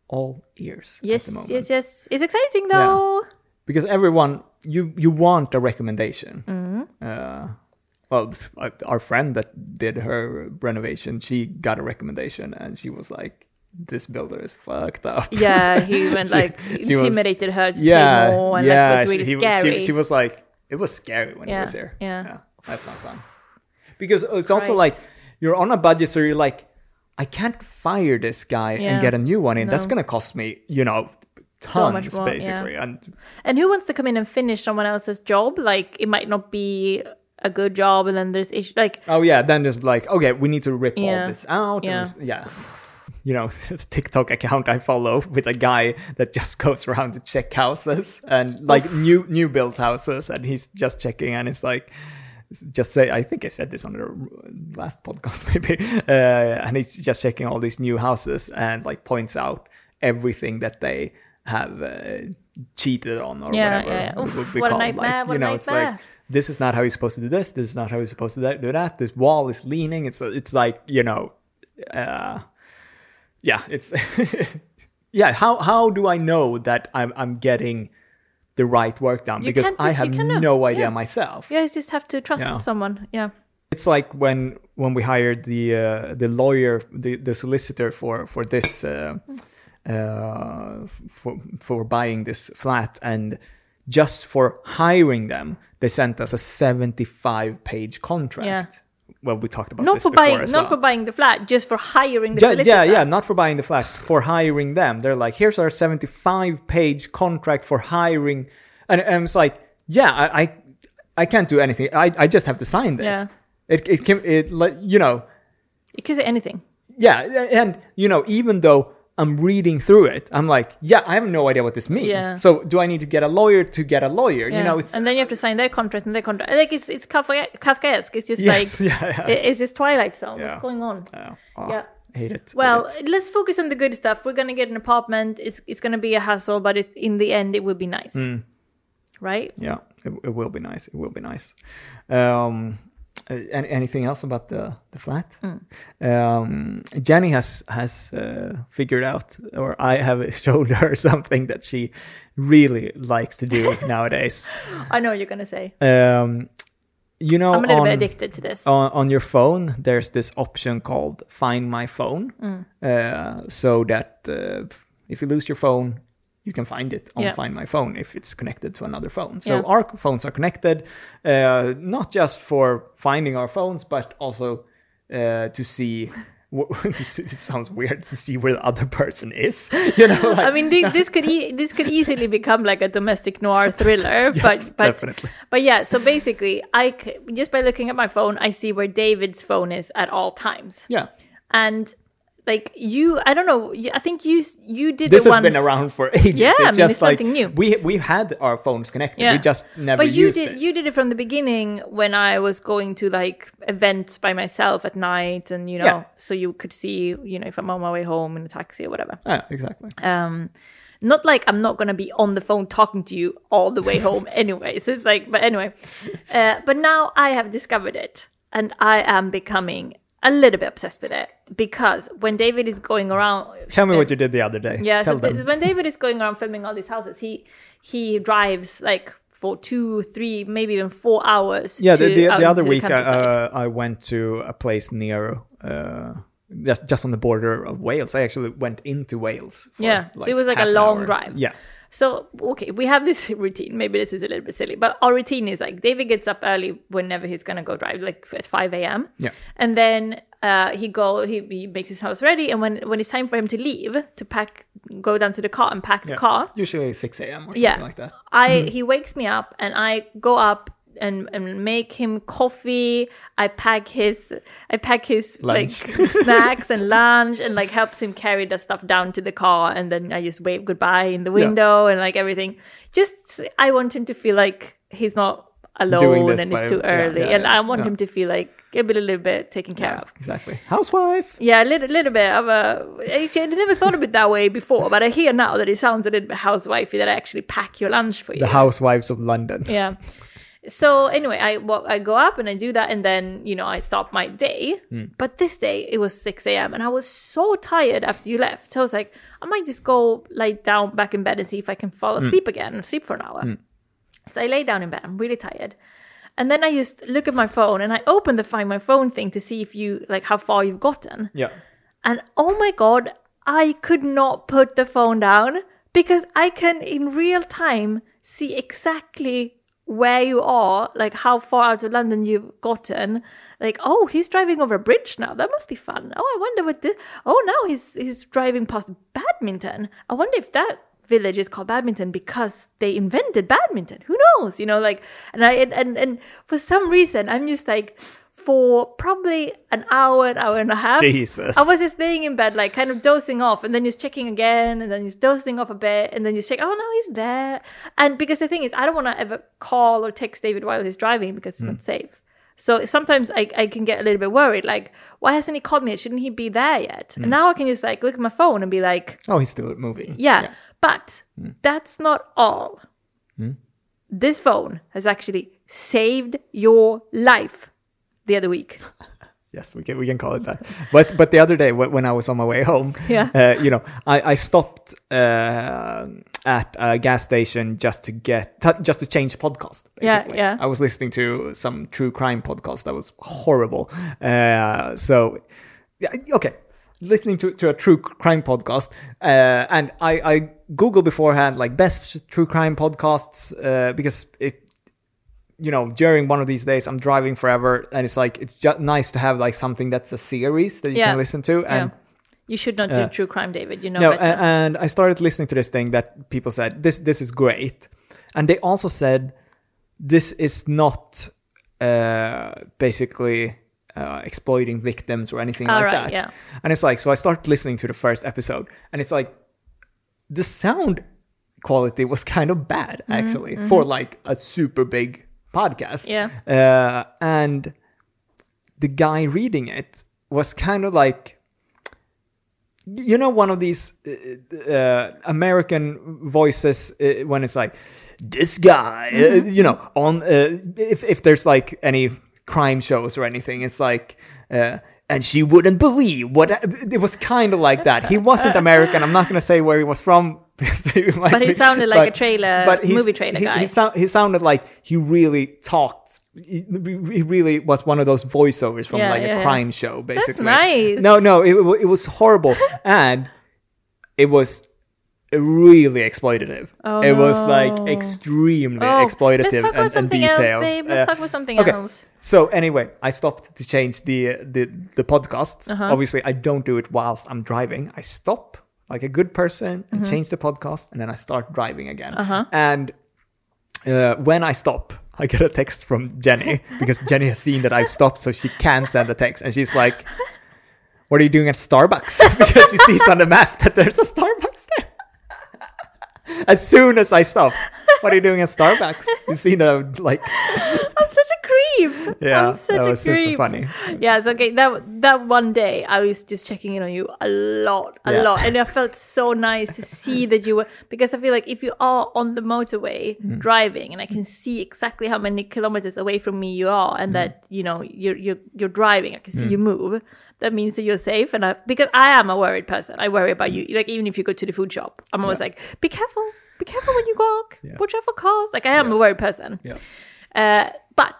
Speaker 1: all ears at
Speaker 2: Yes,
Speaker 1: the moment.
Speaker 2: yes, yes. It's exciting though.
Speaker 1: Because everyone, you you want a recommendation.
Speaker 2: Mm-hmm.
Speaker 1: Uh, well, th- uh, our friend that did her renovation, she got a recommendation, and she was like, "This builder is fucked up."
Speaker 2: Yeah, he went like
Speaker 1: she was-
Speaker 2: intimidated her to
Speaker 1: yeah,
Speaker 2: pay more, and
Speaker 1: yeah.
Speaker 2: that was really
Speaker 1: he- she-
Speaker 2: scary.
Speaker 1: She, was like, it was scary when he
Speaker 2: Yeah,
Speaker 1: was here.
Speaker 2: yeah.
Speaker 1: that's not fun. Because it's also
Speaker 2: Christ.
Speaker 1: like you're on a budget, so you're like, I can't fire this guy
Speaker 2: Yeah,
Speaker 1: and get a new one in. That's
Speaker 2: no.
Speaker 1: gonna cost me, you know,
Speaker 2: So much
Speaker 1: tons
Speaker 2: more, yeah.
Speaker 1: basically. And
Speaker 2: And who wants to come in and finish someone else's job? Like it might not be a good job, and then there's issue. Like
Speaker 1: oh yeah, then it's like, okay, we need to rip
Speaker 2: Yeah.
Speaker 1: all this out.
Speaker 2: Yeah.
Speaker 1: Yeah, yeah. You know, this TikTok account I follow with a guy that just goes around to check houses and like new new built houses, and he's just checking, and it's like, just say i think i said this on the last podcast maybe uh, and he's just checking all these new houses and like points out everything that they have uh, cheated on or
Speaker 2: Yeah,
Speaker 1: whatever
Speaker 2: yeah, yeah.
Speaker 1: it
Speaker 2: Oof,
Speaker 1: would be
Speaker 2: what a
Speaker 1: called.
Speaker 2: nightmare,
Speaker 1: like,
Speaker 2: what
Speaker 1: you
Speaker 2: a
Speaker 1: know it's like
Speaker 2: nightmare.
Speaker 1: this is not how you're supposed to do this this is not how you're supposed to do that this wall is leaning it's it's like you know uh, yeah it's yeah how how do i know that i'm i'm getting the right work done
Speaker 2: You
Speaker 1: because
Speaker 2: can't do-
Speaker 1: i
Speaker 2: you
Speaker 1: have
Speaker 2: cannot-
Speaker 1: no idea
Speaker 2: yeah.
Speaker 1: myself
Speaker 2: you guys just have to trust
Speaker 1: Yeah.
Speaker 2: someone. Yeah.
Speaker 1: it's like when when we hired the uh, the lawyer the, the solicitor for for this uh, uh, for for buying this flat and just for hiring them they sent us a 75 page contract well we talked about
Speaker 2: Not
Speaker 1: this
Speaker 2: for
Speaker 1: before
Speaker 2: buying
Speaker 1: as
Speaker 2: not
Speaker 1: well.
Speaker 2: for buying the flat, just for hiring the
Speaker 1: yeah,
Speaker 2: solicitor.
Speaker 1: yeah, yeah, not for buying the flat, for hiring them. They're like, here's our 75 page contract for hiring. And, and it's like, yeah, I, I, I can't do anything. I, I just have to sign this.
Speaker 2: Yeah.
Speaker 1: It, it can, it, like, you know,
Speaker 2: You could say anything.
Speaker 1: yeah. And, you know, even though I'm reading through it, I'm like, yeah, I have no idea what this means.
Speaker 2: Yeah.
Speaker 1: So do I need to get a lawyer to get a lawyer?
Speaker 2: Yeah.
Speaker 1: You know, it's,
Speaker 2: and then you have to sign their contract and their contract. Like it's it's Kafka- Kafkaesque. It's just
Speaker 1: yes,
Speaker 2: like
Speaker 1: yeah, yeah.
Speaker 2: it- it's just Twilight Zone.
Speaker 1: Yeah.
Speaker 2: What's going on?
Speaker 1: Oh, oh,
Speaker 2: Yeah.
Speaker 1: Hate it.
Speaker 2: Well,
Speaker 1: hate it.
Speaker 2: let's focus on the good stuff. We're gonna get an apartment. It's it's gonna be a hassle, but it's, in the end, it will be nice,
Speaker 1: Hmm.
Speaker 2: right?
Speaker 1: yeah, it, it will be nice. It will be nice. Um, uh, an- anything else about the the flat? Um, Jenny has has uh, figured out, or I have showed her something that she really likes to do nowadays.
Speaker 2: I know what you're gonna say.
Speaker 1: Um, you know,
Speaker 2: I'm a little
Speaker 1: on,
Speaker 2: bit addicted to this.
Speaker 1: on on your phone, there's this option called Find My Phone,
Speaker 2: Mm.
Speaker 1: uh, so that uh, if you lose your phone, you can find it on
Speaker 2: Yeah.
Speaker 1: Find My Phone if it's connected to another phone. So
Speaker 2: Yeah.
Speaker 1: our c- phones are connected, uh, not just for finding our phones, but also uh, to see. wh- to see, it sounds weird to see where the other person is. You know, like,
Speaker 2: I mean, thi- this could e- this could easily become like a domestic noir thriller, but but
Speaker 1: definitely.
Speaker 2: but yeah. So basically, I c- just by looking at my phone, I see where David's phone is at all times,
Speaker 1: yeah.
Speaker 2: and like you, I don't know. you- I think you s- you did
Speaker 1: This
Speaker 2: the
Speaker 1: has
Speaker 2: ones,
Speaker 1: been around for ages.
Speaker 2: Yeah,
Speaker 1: it's
Speaker 2: I mean,
Speaker 1: just
Speaker 2: it's
Speaker 1: like
Speaker 2: nothing new.
Speaker 1: we we had our phones connected. We just never
Speaker 2: But you
Speaker 1: used
Speaker 2: did
Speaker 1: it.
Speaker 2: you did it from the beginning when I was going to like events by myself at night, and you know,
Speaker 1: Yeah.
Speaker 2: so you could see you know if I'm on my way home in a taxi or whatever.
Speaker 1: Yeah, exactly.
Speaker 2: um not like i'm not gonna be on the phone talking to you all the way home anyways it's like but anyway uh, but now i have discovered it and i am becoming a little bit obsessed with it because when david is going around
Speaker 1: Tell me what you did the other day.
Speaker 2: yeah
Speaker 1: Tell
Speaker 2: so th-
Speaker 1: them.
Speaker 2: when david is going around filming all these houses he he drives like for two three maybe even four hours
Speaker 1: yeah,
Speaker 2: to,
Speaker 1: the, the,
Speaker 2: out
Speaker 1: the other
Speaker 2: to the
Speaker 1: week I,
Speaker 2: countryside.
Speaker 1: uh, I went to a place near, uh, just, just on the border of Wales. I actually went into Wales. for,
Speaker 2: Yeah, so it was like a
Speaker 1: half an
Speaker 2: long
Speaker 1: hour.
Speaker 2: drive.
Speaker 1: Yeah.
Speaker 2: So okay, we have this routine. Maybe this is a little bit silly, but our routine is like David gets up early whenever he's gonna go drive, like at five a.m.
Speaker 1: Yeah.
Speaker 2: and then uh, he go he, he makes his house ready, and when when it's time for him to leave to pack, go down to the car and pack
Speaker 1: yeah. Mm-hmm.
Speaker 2: the car.
Speaker 1: Usually 6 a.m. or something
Speaker 2: Yeah,
Speaker 1: like that.
Speaker 2: I he wakes me up, and I go up and, and make him coffee. I pack his I pack his
Speaker 1: Lunch.
Speaker 2: like snacks and lunch and like helps him carry the stuff down to the car and then I just wave goodbye in the window and like everything. Just I want him to feel like he's not alone
Speaker 1: this
Speaker 2: and
Speaker 1: by-
Speaker 2: it's too
Speaker 1: yeah,
Speaker 2: early.
Speaker 1: yeah,
Speaker 2: and
Speaker 1: yeah,
Speaker 2: I want
Speaker 1: yeah.
Speaker 2: him to feel like a bit a little bit taken care of.
Speaker 1: Exactly. Housewife.
Speaker 2: Yeah, a little, little bit of a. actually, I never thought of it that way before, but I hear now that it sounds a little bit housewifey that I actually pack your lunch for you.
Speaker 1: The housewives of London.
Speaker 2: yeah. So anyway, I well, I go up and I do that, and then you know I stop my day. But this day it was six a.m. and I was so tired after you left. So I was like, I might just go lie down back in bed and see if I can fall asleep again and sleep for an hour. So I lay down in bed. I'm really tired. And then I just look at my phone and I open the find my phone thing to see if you like how far you've gotten.
Speaker 1: Yeah.
Speaker 2: And oh my god, I could not put the phone down because I can in real time see exactly where you are, like how far out of London you've gotten. Like, oh, he's driving over a bridge now. That must be fun. Oh, I wonder what this. Oh, now he's he's driving past badminton. I wonder if that village is called badminton because they invented badminton. Who knows? You know, like, and I and and, and for some reason I'm just like, for probably an hour, an hour and a half.
Speaker 1: Jesus.
Speaker 2: I was was just laying in bed, like kind of dozing off, and then just checking again, and then just dozing off a bit, and then you check, oh no, he's there. And because the thing is, I don't want to ever call or text David while he's driving because it's
Speaker 1: Mm.
Speaker 2: not safe. So sometimes I, I can get a little bit worried, like, why hasn't he called me yet? Shouldn't he be there yet?
Speaker 1: Mm.
Speaker 2: And now I can just like look at my phone and be like,
Speaker 1: Oh, he's still moving.
Speaker 2: yeah, but
Speaker 1: Mm.
Speaker 2: that's not all. This phone has actually saved your life the other week.
Speaker 1: Yes, we can we can call it that. But but the other day wh- when I was on my way home,
Speaker 2: Yeah.
Speaker 1: uh, you know, I I stopped uh, at a gas station just to get t- just to change podcast.
Speaker 2: Yeah,
Speaker 1: Basically.
Speaker 2: yeah.
Speaker 1: I was listening to some true crime podcast that was horrible. Uh, so yeah, okay, listening to to a true crime podcast, uh, and I I Google beforehand like best true crime podcasts uh, because it you know, during one of these days, I'm driving forever, and it's like it's just nice to have like something that's a series that you
Speaker 2: Yeah.
Speaker 1: can listen to. And
Speaker 2: yeah. You should not do
Speaker 1: uh,
Speaker 2: true crime, David. You know
Speaker 1: no, uh, a-
Speaker 2: better.
Speaker 1: and I started listening to this thing that people said this this is great, and they also said this is not uh, basically uh, exploiting victims or anything
Speaker 2: All
Speaker 1: like
Speaker 2: right,
Speaker 1: that.
Speaker 2: yeah.
Speaker 1: And it's like so I started listening to the first episode, and it's like the sound quality was kind of bad actually for like a super big podcast.
Speaker 2: Yeah.
Speaker 1: Uh, and the guy reading it was kind of like you know one of these uh, uh, American voices uh, when it's like this guy,
Speaker 2: Mm-hmm.
Speaker 1: uh, you know, on uh, if if there's like any crime shows or anything, it's like. Uh, and she wouldn't believe what it was kind of like that. He wasn't American. I'm not going to say where he was from. but
Speaker 2: But he sounded like a trailer-
Speaker 1: he's-
Speaker 2: movie trailer
Speaker 1: he-
Speaker 2: guy.
Speaker 1: He, sou- he sounded like he really talked. He, he really was one of those voiceovers from
Speaker 2: Yeah,
Speaker 1: like a
Speaker 2: yeah, yeah.
Speaker 1: crime show, basically.
Speaker 2: nice.
Speaker 1: No, no, it, wa- it was horrible, and it was really exploitative.
Speaker 2: Oh,
Speaker 1: it was like
Speaker 2: no.
Speaker 1: extremely
Speaker 2: Oh, Let's
Speaker 1: exploitative
Speaker 2: talk about
Speaker 1: and, and
Speaker 2: something
Speaker 1: details.
Speaker 2: else, babe. Let's
Speaker 1: Uh,
Speaker 2: talk about something
Speaker 1: okay.
Speaker 2: else.
Speaker 1: So anyway, I stopped to change the the the podcast. Obviously, I don't do it whilst I'm driving. I stop like a good person and change the podcast, and then I start driving again. And uh, when I stop, I get a text from Jenny because Jenny has seen that I've stopped, so she can send a text, and she's like, "What are you doing at Starbucks?" because she sees on the map that there's a Starbucks there. As soon as I stop, what are you doing at Starbucks? You've seen a like
Speaker 2: I'm such a creep.
Speaker 1: yeah,
Speaker 2: I'm such
Speaker 1: that
Speaker 2: a
Speaker 1: was
Speaker 2: creep.
Speaker 1: super funny.
Speaker 2: Yeah, so okay, that that one day I was just checking in on you a lot, a
Speaker 1: Yeah.
Speaker 2: lot, and I felt so nice to see that you were because I feel like if you are on the motorway
Speaker 1: Mm.
Speaker 2: driving and I can see exactly how many kilometers away from me you are,
Speaker 1: Mm.
Speaker 2: and that you know you're you're you're driving, I can see you move. That means that you're safe, and I because I am a worried person, I worry about you. Like even if you go to the food shop, I'm always like, be careful, be careful when you walk,
Speaker 1: Yeah.
Speaker 2: watch out for cars. Like I am a worried person.
Speaker 1: Yeah.
Speaker 2: Uh, but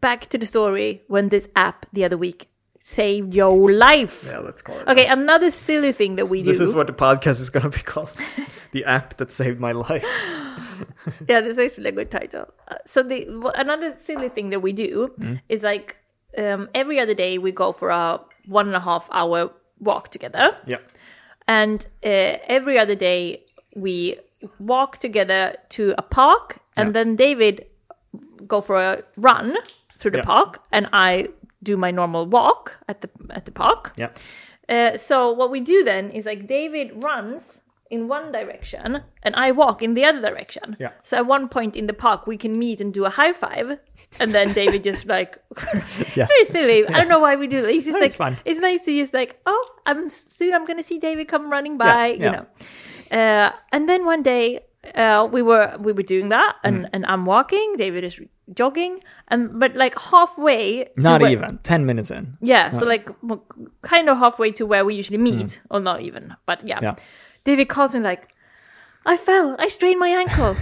Speaker 2: back to the story when this app the other week saved your life.
Speaker 1: let's call it.
Speaker 2: Okay, another silly thing that we do.
Speaker 1: This is what the podcast is going to be called. the app that saved my life.
Speaker 2: yeah, this is actually a good title. Uh, so the wh- another silly thing that we do
Speaker 1: Hmm?
Speaker 2: is like um, every other day we go for a one and a half hour walk together.
Speaker 1: Yeah.
Speaker 2: and uh, every other day we walk together to a park and
Speaker 1: Yeah.
Speaker 2: then david go for a run through the
Speaker 1: Yeah.
Speaker 2: park, and I do my normal walk at the at the park.
Speaker 1: Yeah.
Speaker 2: Uh, so what we do then is like David runs in one direction and I walk in the other direction.
Speaker 1: Yeah.
Speaker 2: So at one point in the park we can meet and do a high five, and then David just like
Speaker 1: Yeah.
Speaker 2: it's very silly. I don't know why we do this. It's just
Speaker 1: No,
Speaker 2: like
Speaker 1: it's fun.
Speaker 2: it's nice to just like oh I'm soon I'm gonna see David come running by you
Speaker 1: yeah.
Speaker 2: know. Uh, and then one day uh, we were we were doing that
Speaker 1: Mm.
Speaker 2: and, and I'm walking, David is jogging, and but like halfway to
Speaker 1: Not
Speaker 2: where-
Speaker 1: even. 10 minutes in.
Speaker 2: yeah, so like m- kind of halfway to where we usually meet, or not even, but Hmm. yeah.
Speaker 1: Yeah.
Speaker 2: David calls me like, I fell, I strained my ankle.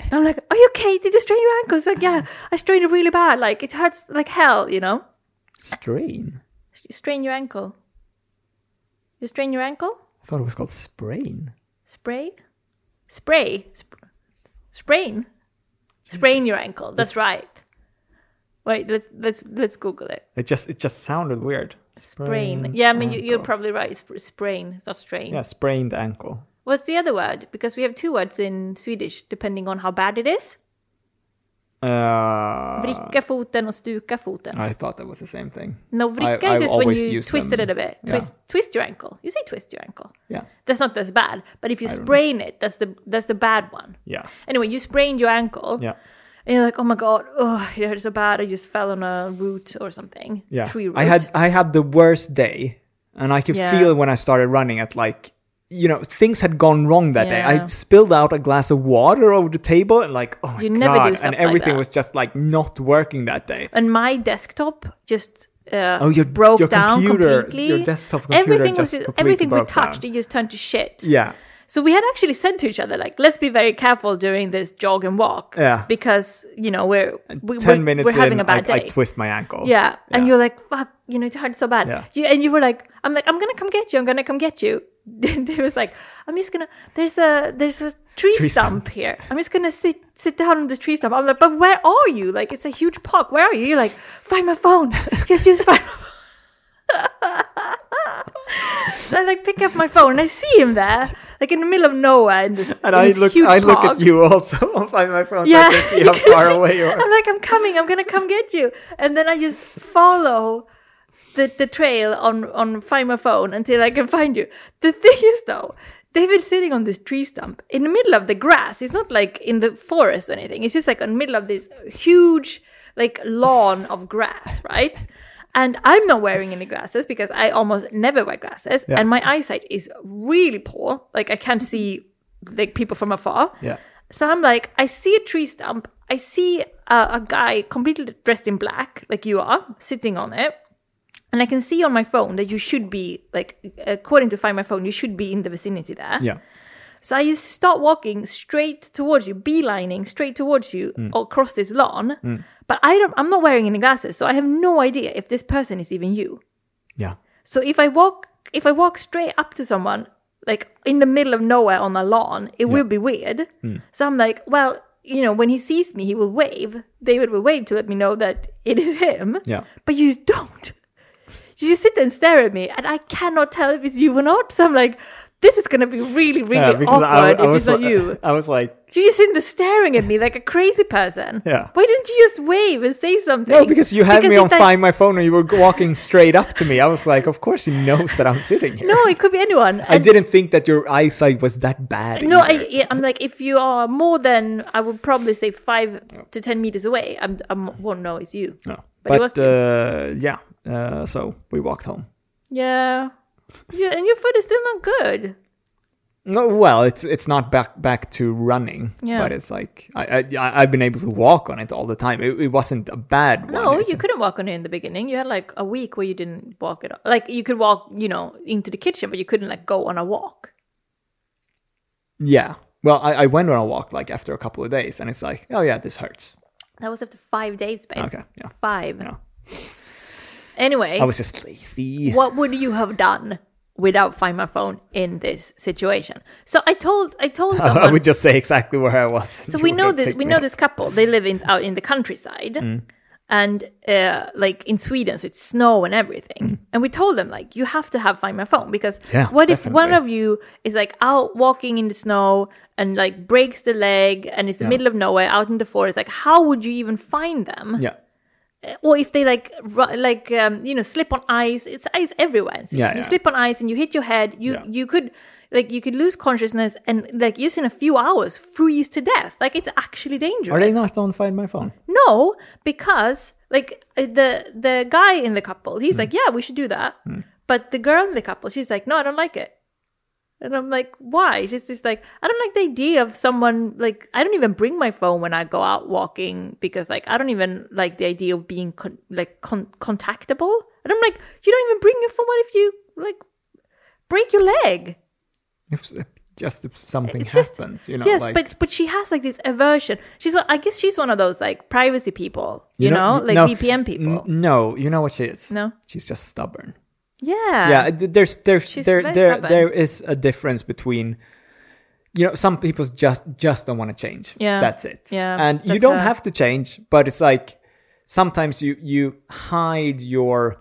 Speaker 2: and I'm like, Are you okay? Did you strain your ankle? It's like, Yeah, I strained it really bad. Like it hurts like hell, you know.
Speaker 1: Strain.
Speaker 2: S- Strain your ankle. You strain your ankle?
Speaker 1: I thought it was called sprain.
Speaker 2: Spray, spray, Sp- sprain, sprain your ankle. That's right. Wait, let's let's let's Google it.
Speaker 1: It just it just sounded weird.
Speaker 2: Sprain. Yeah, I mean, you,
Speaker 1: ankle.
Speaker 2: you're probably right. Sp- Sprain, it's not strain.
Speaker 1: Yeah, sprained ankle.
Speaker 2: What's the other word? Because we have two words in Swedish depending on how bad it is.
Speaker 1: Uh,
Speaker 2: Vricka foten och stuka foten.
Speaker 1: I thought that was the same thing.
Speaker 2: No,
Speaker 1: I-
Speaker 2: vricka
Speaker 1: I've
Speaker 2: is just when
Speaker 1: always
Speaker 2: you
Speaker 1: used
Speaker 2: twist
Speaker 1: them.
Speaker 2: it a bit.
Speaker 1: Yeah.
Speaker 2: Twist, twist your ankle. You say twist your ankle.
Speaker 1: Yeah.
Speaker 2: That's not as bad. But if you
Speaker 1: I don't know.
Speaker 2: sprain it, that's the that's the bad one.
Speaker 1: Yeah.
Speaker 2: Anyway, you sprained your ankle.
Speaker 1: Yeah.
Speaker 2: And you're like, oh my god, oh, it hurts so bad. I just fell on a root or something.
Speaker 1: Yeah.
Speaker 2: Tree root.
Speaker 1: I had I had the worst day and I could
Speaker 2: Yeah.
Speaker 1: feel when I started running at like you know, things had gone wrong that day.
Speaker 2: Yeah.
Speaker 1: I spilled out a glass of water over the table and like, oh my
Speaker 2: You
Speaker 1: god.
Speaker 2: never do stuff
Speaker 1: and
Speaker 2: like
Speaker 1: everything
Speaker 2: that.
Speaker 1: was just like not working that day.
Speaker 2: and my desktop just uh,
Speaker 1: Oh, your-
Speaker 2: broke
Speaker 1: your
Speaker 2: down
Speaker 1: computer-
Speaker 2: completely.
Speaker 1: your desktop computer
Speaker 2: everything
Speaker 1: just
Speaker 2: was
Speaker 1: completely
Speaker 2: everything we
Speaker 1: broke down.
Speaker 2: touched, it just turned to shit.
Speaker 1: Yeah.
Speaker 2: So we had actually said to each other, like, let's be very careful during this jog and walk,
Speaker 1: Yeah.
Speaker 2: because you know we're we,
Speaker 1: 10
Speaker 2: we're,
Speaker 1: minutes
Speaker 2: we're
Speaker 1: in,
Speaker 2: having a bad
Speaker 1: I, I
Speaker 2: day.
Speaker 1: twist my ankle.
Speaker 2: yeah. and
Speaker 1: Yeah.
Speaker 2: you're like, fuck, you know, it hurts so bad.
Speaker 1: Yeah.
Speaker 2: You, and you were like, I'm like, I'm gonna come get you. I'm gonna come get you. They was like, I'm just gonna. There's a there's a tree,
Speaker 1: Tree
Speaker 2: stump here. I'm just gonna sit sit down on the tree stump. I'm like, but where are you? Like, it's a huge park. Where are you? You're like, find my phone. Just just find. So I like pick up my phone and I see him there, like in the middle of nowhere in this,
Speaker 1: And
Speaker 2: in
Speaker 1: I
Speaker 2: this
Speaker 1: look
Speaker 2: huge
Speaker 1: I look
Speaker 2: park.
Speaker 1: at you also on my phone so
Speaker 2: Yeah,
Speaker 1: I can see
Speaker 2: you
Speaker 1: how
Speaker 2: can
Speaker 1: far
Speaker 2: see-
Speaker 1: away you are.
Speaker 2: I'm like, I'm coming. I'm gonna come get you. And then I just follow the the trail on on find my phone until I can find you. The thing is though. David's sitting on this tree stump in the middle of the grass. It's not like in the forest or anything. It's just like in the middle of this huge, like lawn of grass, right? And I'm not wearing any glasses because I almost never wear glasses,
Speaker 1: Yeah.
Speaker 2: and my eyesight is really poor. Like I can't see like people from afar.
Speaker 1: Yeah.
Speaker 2: So I'm like, I see a tree stump. I see a, a guy completely dressed in black, like you are, sitting on it. And I can see on my phone that you should be, like, according to Find My Phone, you should be in the vicinity there.
Speaker 1: Yeah.
Speaker 2: So I just start walking straight towards you, beelining straight towards you across this lawn. But I don't, I'm not wearing any glasses, so I have no idea if this person is even you.
Speaker 1: Yeah.
Speaker 2: So if I walk if I walk straight up to someone like in the middle of nowhere on a lawn, it will be weird.
Speaker 1: Hmm.
Speaker 2: So I'm like, well, you know, when he sees me, he will wave. David will wave to let me know that it is him.
Speaker 1: Yeah.
Speaker 2: But you just don't. You just sit there and stare at me, and I cannot tell if it's you or not. So I'm like, this is gonna be really, really
Speaker 1: Yeah, because I-
Speaker 2: awkward
Speaker 1: I
Speaker 2: if
Speaker 1: was
Speaker 2: it's not
Speaker 1: li-
Speaker 2: you.
Speaker 1: I was like,
Speaker 2: You're just sitting there staring at me like a crazy person.
Speaker 1: Yeah.
Speaker 2: Why didn't you just wave and say something?
Speaker 1: No, because you had me
Speaker 2: if
Speaker 1: on
Speaker 2: I-
Speaker 1: Find My Phone and you were g- walking straight up to me. I was like, of course he knows that I'm sitting here.
Speaker 2: No, it could be anyone.
Speaker 1: I
Speaker 2: And-
Speaker 1: didn't think that your eyesight was that bad.
Speaker 2: No, I,
Speaker 1: either.
Speaker 2: yeah, I'm like, if you are more than, I would probably say five to ten meters away, I'm, I'm won't know it's you.
Speaker 1: No.
Speaker 2: but it
Speaker 1: But,
Speaker 2: was you.
Speaker 1: uh, yeah, uh, so we walked home.
Speaker 2: Yeah. yeah, and your foot is still not good.
Speaker 1: No, well, it's it's not back back to running,
Speaker 2: Yeah.
Speaker 1: but it's like I, I I- I've been able to walk on it all the time. It, it wasn't a bad one.
Speaker 2: No,
Speaker 1: It-
Speaker 2: you couldn't walk on it in the beginning. You had like a week where you didn't walk at all. Like you could walk, you know, into the kitchen, but you couldn't like go on a walk.
Speaker 1: yeah. Well, I, I went on a walk like after a couple of days, and it's like, oh yeah, this hurts.
Speaker 2: That was after five days, babe.
Speaker 1: Okay, yeah.
Speaker 2: Five.
Speaker 1: Yeah.
Speaker 2: Anyway,
Speaker 1: I was just lazy.
Speaker 2: what would you have done without Find My Phone in this situation? So I told, I told someone.
Speaker 1: I would just say exactly where I was. Mm.
Speaker 2: So we know that we know this couple. They live in out in the countryside, and uh, like in Sweden, so it's snow and everything. And we told them like you have to have Find My Phone because
Speaker 1: Mm. Yeah,
Speaker 2: what if one
Speaker 1: definitely.
Speaker 2: of you is like out walking in the snow and like breaks the leg and it's the
Speaker 1: Yeah.
Speaker 2: middle of nowhere out in the forest? Like how would you even find them?
Speaker 1: Yeah.
Speaker 2: or if they like ru- like um, you know slip on ice it's ice everywhere And so
Speaker 1: Yeah,
Speaker 2: you
Speaker 1: yeah.
Speaker 2: slip on ice and you hit your head you
Speaker 1: Yeah.
Speaker 2: you could like you could lose consciousness and like just in a few hours freeze to death like it's actually dangerous
Speaker 1: Are they not on Find My Phone?
Speaker 2: no because like uh, the the guy in the couple he's like yeah we should do that but the girl in the couple she's like no i don't like it and i'm like why she's just like i don't like the idea of someone like i don't even bring my phone when i go out walking because like i don't even like the idea of being con- like con- contactable and i'm like you don't even bring your phone what if you like break your leg
Speaker 1: If just if something
Speaker 2: It's just-
Speaker 1: happens, you know.
Speaker 2: yes
Speaker 1: like,
Speaker 2: but but she has like this aversion she's one- i guess she's one of those like privacy people you, know,
Speaker 1: y-
Speaker 2: like
Speaker 1: no,
Speaker 2: vpn people
Speaker 1: n- no, you know what she is.
Speaker 2: No.
Speaker 1: she's just stubborn.
Speaker 2: Yeah.
Speaker 1: yeah th- there's there's
Speaker 2: She's
Speaker 1: there
Speaker 2: very
Speaker 1: there
Speaker 2: stubborn.
Speaker 1: there is a difference between you know some people just just don't want to change
Speaker 2: Yeah.
Speaker 1: that's it
Speaker 2: Yeah,
Speaker 1: and you
Speaker 2: that's
Speaker 1: don't
Speaker 2: a-
Speaker 1: have to change but it's like sometimes you you hide your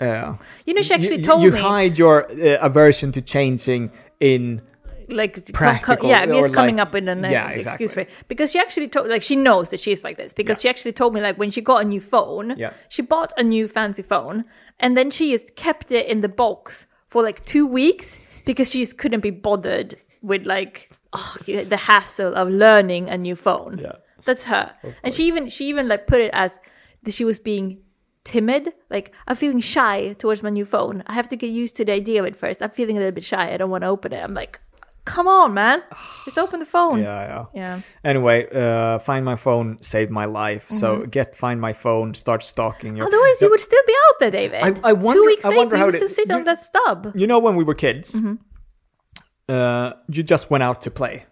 Speaker 1: uh,
Speaker 2: You know, she actually
Speaker 1: you,
Speaker 2: told
Speaker 1: you
Speaker 2: me
Speaker 1: hide your uh, aversion to changing in
Speaker 2: like com- com-
Speaker 1: practical
Speaker 2: yeah, I guess
Speaker 1: or
Speaker 2: coming
Speaker 1: like-
Speaker 2: up with an uh,
Speaker 1: Yeah,
Speaker 2: excuse for
Speaker 1: exactly.
Speaker 2: it. Because she actually told like she knows that she's like this because she actually told me like when she got a new phone,
Speaker 1: Yeah.
Speaker 2: she bought a new fancy phone and then she just kept it in the box for like 2 weeks because she just couldn't be bothered with like oh, you- the hassle of learning a new phone.
Speaker 1: Yeah.
Speaker 2: That's her. And she even she even like put it as that she was being timid. Like I'm feeling shy towards my new phone. I have to get used to the idea of it first. I'm feeling a little bit shy. I don't want to open it. I'm like, come on, man. Just open the phone.
Speaker 1: yeah yeah
Speaker 2: Yeah.
Speaker 1: Anyway, uh, Find My Phone saved my life. So get Find My Phone, start stalking your.
Speaker 2: Mm-hmm. Otherwise, you would still be out there, David.
Speaker 1: I- I wonder-
Speaker 2: Two weeks
Speaker 1: I
Speaker 2: later,
Speaker 1: wonder
Speaker 2: you
Speaker 1: how
Speaker 2: would
Speaker 1: it-
Speaker 2: still sit
Speaker 1: you-
Speaker 2: on that stub.
Speaker 1: you know when we were kids
Speaker 2: Mm-hmm.
Speaker 1: uh, you just went out to play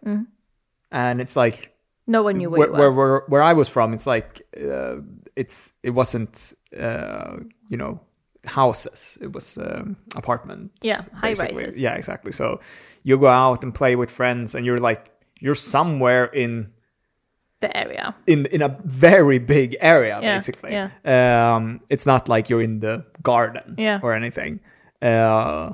Speaker 1: and it's like
Speaker 2: No one knew Mm-hmm. where,
Speaker 1: where,
Speaker 2: you
Speaker 1: where,
Speaker 2: were.
Speaker 1: where, where i was from it's like uh, it's it wasn't uh, you know houses it was um, apartment
Speaker 2: Yeah, high
Speaker 1: basically.
Speaker 2: rises.
Speaker 1: yeah exactly so you go out and play with friends and you're like you're somewhere in
Speaker 2: The area.
Speaker 1: in in a very big area
Speaker 2: Yeah,
Speaker 1: basically um it's not like you're in the garden
Speaker 2: Yeah.
Speaker 1: or anything uh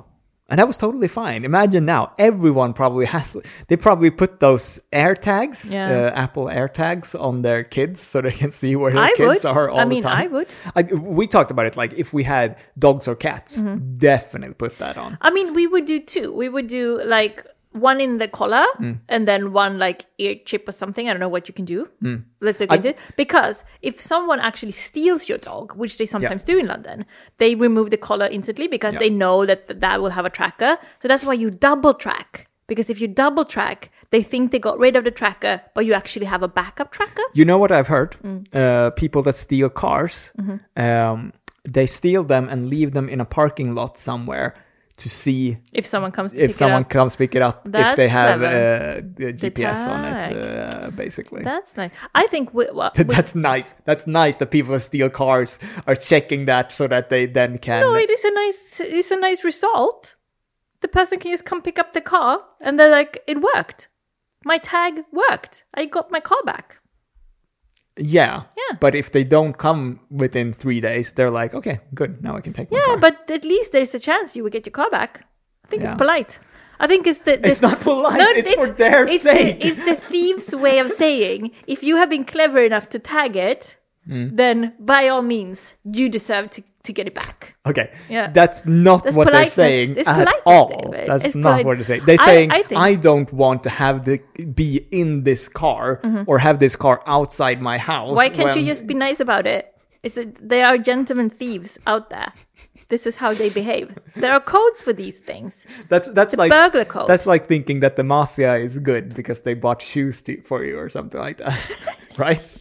Speaker 1: and that was totally fine imagine now everyone probably has they probably put those air tags
Speaker 2: Yeah.
Speaker 1: uh, apple air tags on their kids so they can see where their
Speaker 2: I
Speaker 1: kids
Speaker 2: would.
Speaker 1: are all
Speaker 2: I mean,
Speaker 1: the time
Speaker 2: I would.
Speaker 1: I, we talked about it like if we had dogs or cats
Speaker 2: Mm-hmm.
Speaker 1: definitely put that on
Speaker 2: I mean, we would do two. We would do like one in the collar
Speaker 1: Mm.
Speaker 2: and then one like ear chip or something. I don't know what you can do. Let's look
Speaker 1: Mm. I-
Speaker 2: into it. Because if someone actually steals your dog, which they sometimes do in London, they remove the collar instantly because
Speaker 1: Yeah.
Speaker 2: they know that th- that will have a tracker. So that's why you double track. Because if you double track, they think they got rid of the tracker, but you actually have a backup tracker.
Speaker 1: You know what I've heard?
Speaker 2: Mm.
Speaker 1: Uh, people that steal cars,
Speaker 2: Mm-hmm.
Speaker 1: um, they steal them and leave them in a parking lot somewhere to see
Speaker 2: If someone comes to
Speaker 1: if
Speaker 2: pick
Speaker 1: someone
Speaker 2: it up.
Speaker 1: comes pick it up if
Speaker 2: That's
Speaker 1: they have uh,
Speaker 2: clever.
Speaker 1: the GPS on
Speaker 2: tag.
Speaker 1: it, uh, basically.
Speaker 2: That's nice. I think we, well,
Speaker 1: Th-
Speaker 2: we-
Speaker 1: that's nice. That's nice that people that steal cars are checking that so that they then can.
Speaker 2: No, it is a nice it's a nice result. The person can just come pick up the car and they're like, it worked. My tag worked. I got my car back.
Speaker 1: yeah.
Speaker 2: Yeah.
Speaker 1: But if they don't come within three days, they're like, okay, good. Now I can take my
Speaker 2: Yeah,
Speaker 1: car.
Speaker 2: but at least there's a chance you will get your car back. I think
Speaker 1: Yeah.
Speaker 2: it's polite. I think it's the, the
Speaker 1: It's not polite, it's for their
Speaker 2: it's
Speaker 1: sake.
Speaker 2: The, it's the thieves' way of saying if you have been clever enough to tag it,
Speaker 1: Mm.
Speaker 2: then by all means you deserve to, to get it back.
Speaker 1: Okay.
Speaker 2: Yeah.
Speaker 1: That's not
Speaker 2: That's
Speaker 1: what they're
Speaker 2: politeness.
Speaker 1: saying
Speaker 2: It's
Speaker 1: at
Speaker 2: politeness,
Speaker 1: all.
Speaker 2: David.
Speaker 1: That's
Speaker 2: It's
Speaker 1: not
Speaker 2: polite-
Speaker 1: what they're saying. They're
Speaker 2: I-
Speaker 1: saying I,
Speaker 2: I think-
Speaker 1: don't want to have the be in this car or have this car outside my house.
Speaker 2: Mm-hmm. Why can't you
Speaker 1: when-
Speaker 2: just be nice about it? It's a, they are gentlemen thieves out there. This is how they behave. There are codes for these things.
Speaker 1: That's that's like
Speaker 2: burglar codes.
Speaker 1: That's like thinking that the mafia is good because they bought shoes to, for you or something like that, right?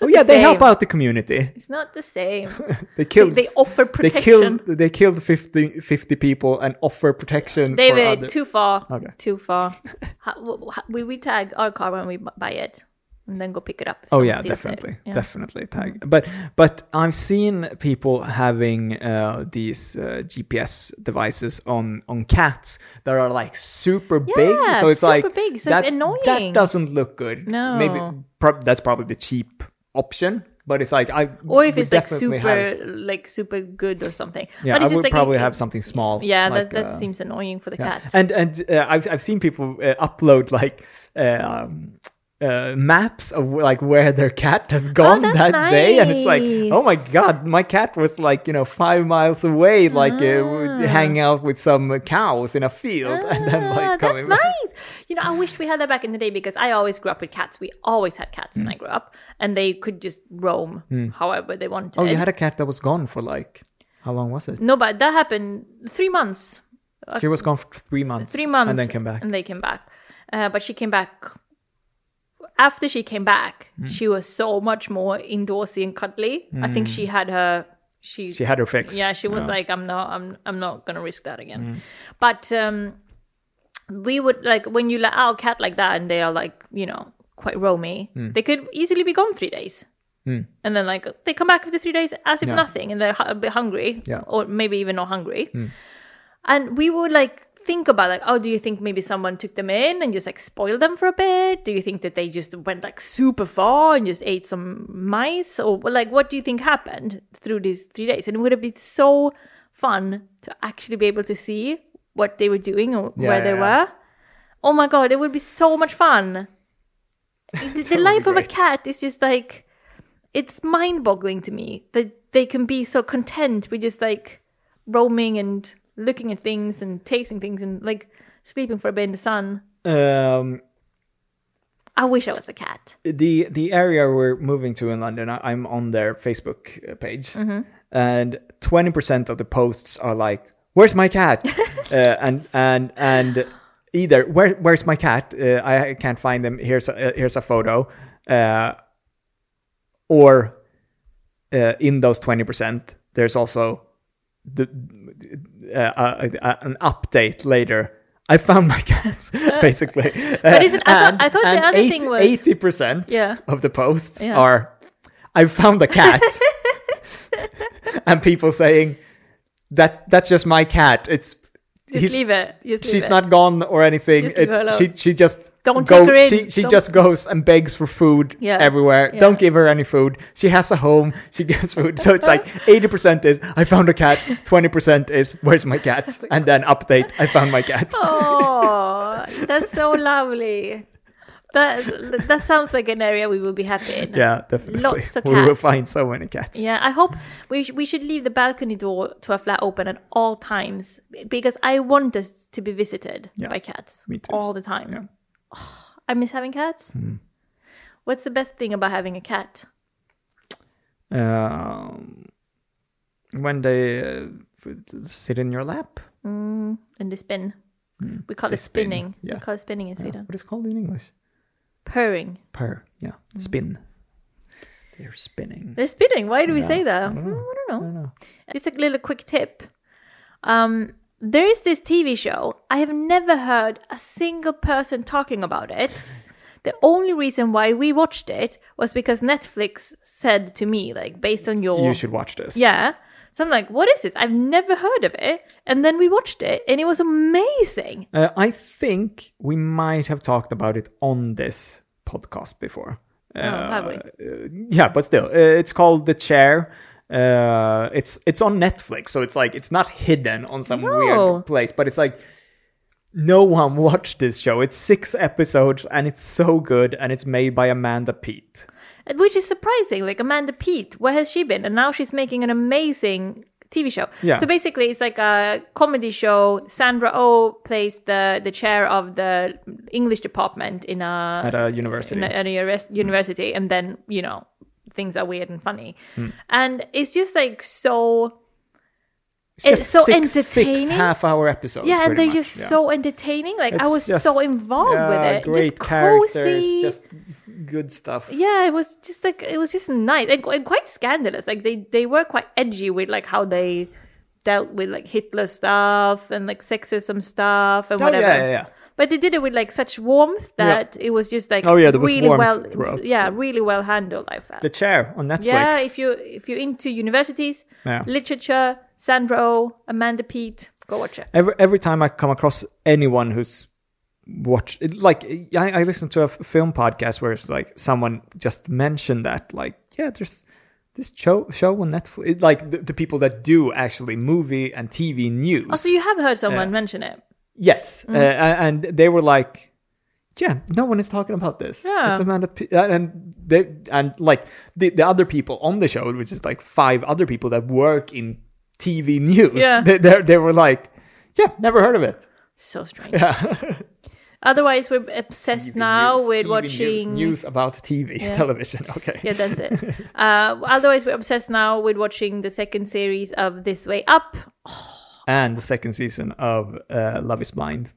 Speaker 1: Oh yeah, they help
Speaker 2: same.
Speaker 1: out the community.
Speaker 2: It's not the same.
Speaker 1: They
Speaker 2: They,
Speaker 1: killed.
Speaker 2: they offer
Speaker 1: they
Speaker 2: protection.
Speaker 1: killed. They killed 50, 50 people and offer protection. for
Speaker 2: David,
Speaker 1: other-
Speaker 2: too far.
Speaker 1: Okay.
Speaker 2: Too far. how, w- how, will we tag our car when we bu- buy it and then go pick it up? if
Speaker 1: Oh
Speaker 2: someone
Speaker 1: yeah,
Speaker 2: steals it?
Speaker 1: definitely,
Speaker 2: Yeah.
Speaker 1: definitely tag. But but I've seen people having uh, these uh, GPS devices on on cats that are like super big.
Speaker 2: Yeah,
Speaker 1: So it's
Speaker 2: super
Speaker 1: like
Speaker 2: big, so it's
Speaker 1: that, That
Speaker 2: annoying.
Speaker 1: doesn't look good.
Speaker 2: No.
Speaker 1: maybe prob- that's probably the cheap option, but it's like I
Speaker 2: or if
Speaker 1: would
Speaker 2: it's like
Speaker 1: definitely
Speaker 2: super
Speaker 1: have-
Speaker 2: like super good or something.
Speaker 1: yeah,
Speaker 2: but
Speaker 1: I
Speaker 2: it's just
Speaker 1: would
Speaker 2: like
Speaker 1: probably
Speaker 2: it-
Speaker 1: have something small.
Speaker 2: Yeah,
Speaker 1: like,
Speaker 2: that, that
Speaker 1: uh,
Speaker 2: seems annoying for the
Speaker 1: yeah.
Speaker 2: cat.
Speaker 1: And and uh, I've I've seen people uh, upload like um, uh, maps of like where their cat has gone
Speaker 2: Oh, that's
Speaker 1: that day, and it's like,
Speaker 2: nice.
Speaker 1: oh my god, my cat was like you know five miles away, like uh, w-
Speaker 2: Ah.
Speaker 1: hanging out with some cows in a field, and then
Speaker 2: Ah,
Speaker 1: like coming. back.
Speaker 2: that's nice. You know, I wish we had that back in the day because I always grew up with cats. We always had cats
Speaker 1: Mm.
Speaker 2: when I grew up, and they could just roam however they wanted.
Speaker 1: Oh, you had a cat that was gone for like how long was it?
Speaker 2: no, but that happened three months.
Speaker 1: She was gone for three months.
Speaker 2: Mm, uh, three months
Speaker 1: and then came back.
Speaker 2: and they came back uh, but she came back after she came back
Speaker 1: Mm.
Speaker 2: she was so much more indoorsy and cuddly i think
Speaker 1: Mm.
Speaker 2: she had her she,
Speaker 1: She had her fix.
Speaker 2: yeah she was like i'm not i'm i'm not gonna risk that again but um we would like when you let out a cat like that and they are like you know quite roamy they could easily be gone three days and then like they come back after three days as if
Speaker 1: Yeah.
Speaker 2: nothing and they're hu- a bit hungry
Speaker 1: Yeah. Hmm.
Speaker 2: or maybe even not hungry and we would like think about like oh do you think maybe someone took them in and just like spoiled them for a bit do you think that they just went like super far and just ate some mice or like what do you think happened through these three days and it would have been so fun to actually be able to see what they were doing or
Speaker 1: Yeah,
Speaker 2: where they
Speaker 1: yeah, yeah.
Speaker 2: were oh my god it would be so much fun the, the
Speaker 1: would
Speaker 2: life
Speaker 1: be
Speaker 2: of a
Speaker 1: great.
Speaker 2: cat is just like it's mind-boggling to me that they can be so content with just like roaming and looking at things and tasting things and like sleeping for a bit in the sun
Speaker 1: Um,
Speaker 2: i wish i was a cat
Speaker 1: the the area we're moving to in London, I, I'm on their Facebook uh, page,
Speaker 2: Mm-hmm.
Speaker 1: and twenty percent of the posts are like, "Where's my cat?" uh, and and and either where where's my cat? Uh, I I can't find them. Here's a, uh, here's a photo, uh, or uh, in those twenty percent, there's also the uh, uh, uh, an update later. I found my cat, basically.
Speaker 2: But isn't- I thought- I thought the other thing was-
Speaker 1: eighty percent
Speaker 2: Yeah.
Speaker 1: of the posts
Speaker 2: Yeah.
Speaker 1: are I found a cat and people saying that that's just my cat. It's
Speaker 2: just
Speaker 1: he's-
Speaker 2: leave it just leave
Speaker 1: she's
Speaker 2: it.
Speaker 1: not gone or anything.
Speaker 2: Just leave her
Speaker 1: It's, she
Speaker 2: alone.
Speaker 1: she just
Speaker 2: Don't
Speaker 1: go,
Speaker 2: take her in.
Speaker 1: She, she
Speaker 2: Don't-
Speaker 1: just goes and begs for food
Speaker 2: Yeah.
Speaker 1: everywhere.
Speaker 2: Yeah.
Speaker 1: Don't give her any food. She has a home. She gets food. So it's like eighty percent is I found a cat. Twenty percent is where's my cat? And then update I found my cat.
Speaker 2: oh that's so lovely that that sounds like an area we will be happy in
Speaker 1: Yeah, definitely.
Speaker 2: Lots of
Speaker 1: we will
Speaker 2: cats.
Speaker 1: find so many cats.
Speaker 2: Yeah, I hope we sh- we should leave the balcony door to our flat open at all times because I want us to be visited
Speaker 1: Yeah,
Speaker 2: by cats
Speaker 1: me too.
Speaker 2: all the time.
Speaker 1: Yeah. Hmm.
Speaker 2: Oh, I miss having cats. What's the best thing about having a cat?
Speaker 1: um, when they uh, put- sit in your lap.
Speaker 2: Hmm, And they spin. We call
Speaker 1: They
Speaker 2: it
Speaker 1: spin,
Speaker 2: spinning.
Speaker 1: yeah.
Speaker 2: We call it spinning Hmm. in Sweden.
Speaker 1: What is it called in English?
Speaker 2: Purring.
Speaker 1: Purr. Yeah,
Speaker 2: Hmm.
Speaker 1: spin. They're spinning.
Speaker 2: They're spinning. Why do we
Speaker 1: Yeah,
Speaker 2: say that?
Speaker 1: I don't
Speaker 2: Hmm,
Speaker 1: know.
Speaker 2: I don't
Speaker 1: I
Speaker 2: know.
Speaker 1: don't know.
Speaker 2: Just a little quick tip. Um, there is this TV show. I have never heard a single person talking about it. The only reason why we watched it was because Netflix said to me, like, based on your
Speaker 1: You should watch this.
Speaker 2: Oh. yeah. So I'm like, what is this? I've never heard of it. And then we watched it, and it was amazing.
Speaker 1: Uh, I think we might have talked about it on this podcast before.
Speaker 2: oh, have we?
Speaker 1: yeah, but still, uh, it's called The Chair. Uh, it's it's on Netflix, so it's like it's not hidden on some
Speaker 2: No.
Speaker 1: weird place, but it's like no one watched this show. It's six episodes, and it's so good, and it's made by Amanda Pete.
Speaker 2: Which is surprising. Like Amanda Pete, where has she been? And now she's making an amazing TV show.
Speaker 1: Yeah.
Speaker 2: So basically, it's like a comedy show. Sandra Oh plays the the chair of the English department in a
Speaker 1: At a university. Hmm.
Speaker 2: in a, at a uris- university, and then you know things are weird and funny,
Speaker 1: Hmm.
Speaker 2: and it's just like so.
Speaker 1: It's
Speaker 2: It's
Speaker 1: just
Speaker 2: so
Speaker 1: six, Six
Speaker 2: entertaining.
Speaker 1: half-hour episodes.
Speaker 2: yeah, and
Speaker 1: pretty
Speaker 2: they're
Speaker 1: much,
Speaker 2: just
Speaker 1: yeah.
Speaker 2: so entertaining. Like I
Speaker 1: It's
Speaker 2: was
Speaker 1: just-
Speaker 2: so involved
Speaker 1: Yeah,
Speaker 2: with it.
Speaker 1: Great
Speaker 2: just
Speaker 1: characters,
Speaker 2: cozy
Speaker 1: just good stuff.
Speaker 2: yeah it was just like it was just nice and, and quite scandalous like they they were quite edgy with like how they dealt with like hitler stuff and like sexism stuff and
Speaker 1: Oh,
Speaker 2: whatever
Speaker 1: yeah, yeah, yeah.
Speaker 2: but they did it with like such warmth that it was just like
Speaker 1: Oh, yeah, there was
Speaker 2: really
Speaker 1: warmth
Speaker 2: well
Speaker 1: throughout,
Speaker 2: yeah really well handled i felt
Speaker 1: The Chair on Netflix.
Speaker 2: yeah if you if you're into universities
Speaker 1: Yeah.
Speaker 2: literature sandra oh, amanda pete go watch it
Speaker 1: every every time I come across anyone who's watched, like I, I listen to a f- film podcast where it's like someone just mentioned that, like yeah, there's this show show on Netflix. It, like the, the people that do actually movie and TV news.
Speaker 2: Oh, so you Mm-hmm. have heard someone mention it.
Speaker 1: Yes, uh, and and they were like, "Yeah, no one is talking about this."
Speaker 2: Yeah.
Speaker 1: it's Amanda. P-. uh, And they and like the the other people on the show, which is like five other people that work in TV news.
Speaker 2: Yeah.
Speaker 1: they they, they were like, "Yeah, never heard of it."
Speaker 2: So strange. Otherwise, we're obsessed
Speaker 1: TV
Speaker 2: now
Speaker 1: news,
Speaker 2: with
Speaker 1: TV
Speaker 2: watching.
Speaker 1: news, news about TV
Speaker 2: Yeah.
Speaker 1: television. Okay,
Speaker 2: Yeah, that's it. uh, otherwise, we're obsessed now with watching the second series of This Way Up.
Speaker 1: and the second season of uh, Love Is Blind.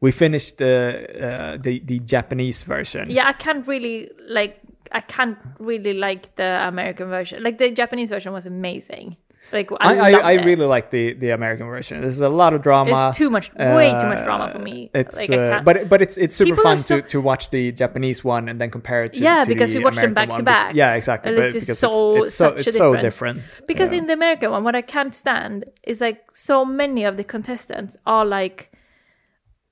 Speaker 1: We finished the uh, the the Japanese version.
Speaker 2: Yeah, I can't really like. I can't really like the American version. Like the Japanese version was amazing. Like I,
Speaker 1: I, I,
Speaker 2: loved
Speaker 1: I
Speaker 2: it.
Speaker 1: really like the, the American version. There's a lot of drama.
Speaker 2: It's too much, way too much drama for me.
Speaker 1: It's
Speaker 2: like,
Speaker 1: uh, but but it's it's super
Speaker 2: People are
Speaker 1: fun
Speaker 2: so-
Speaker 1: to, to watch the Japanese one and then compare it to
Speaker 2: Yeah,
Speaker 1: to
Speaker 2: because
Speaker 1: the
Speaker 2: we watched them
Speaker 1: American
Speaker 2: back to
Speaker 1: one. Be-
Speaker 2: back.
Speaker 1: Yeah, exactly.
Speaker 2: And
Speaker 1: But
Speaker 2: it's just
Speaker 1: because
Speaker 2: so-
Speaker 1: it's, so
Speaker 2: such a
Speaker 1: it's so
Speaker 2: difference.
Speaker 1: different.
Speaker 2: Because
Speaker 1: Yeah.
Speaker 2: in the American one, what I can't stand is like so many of the contestants are like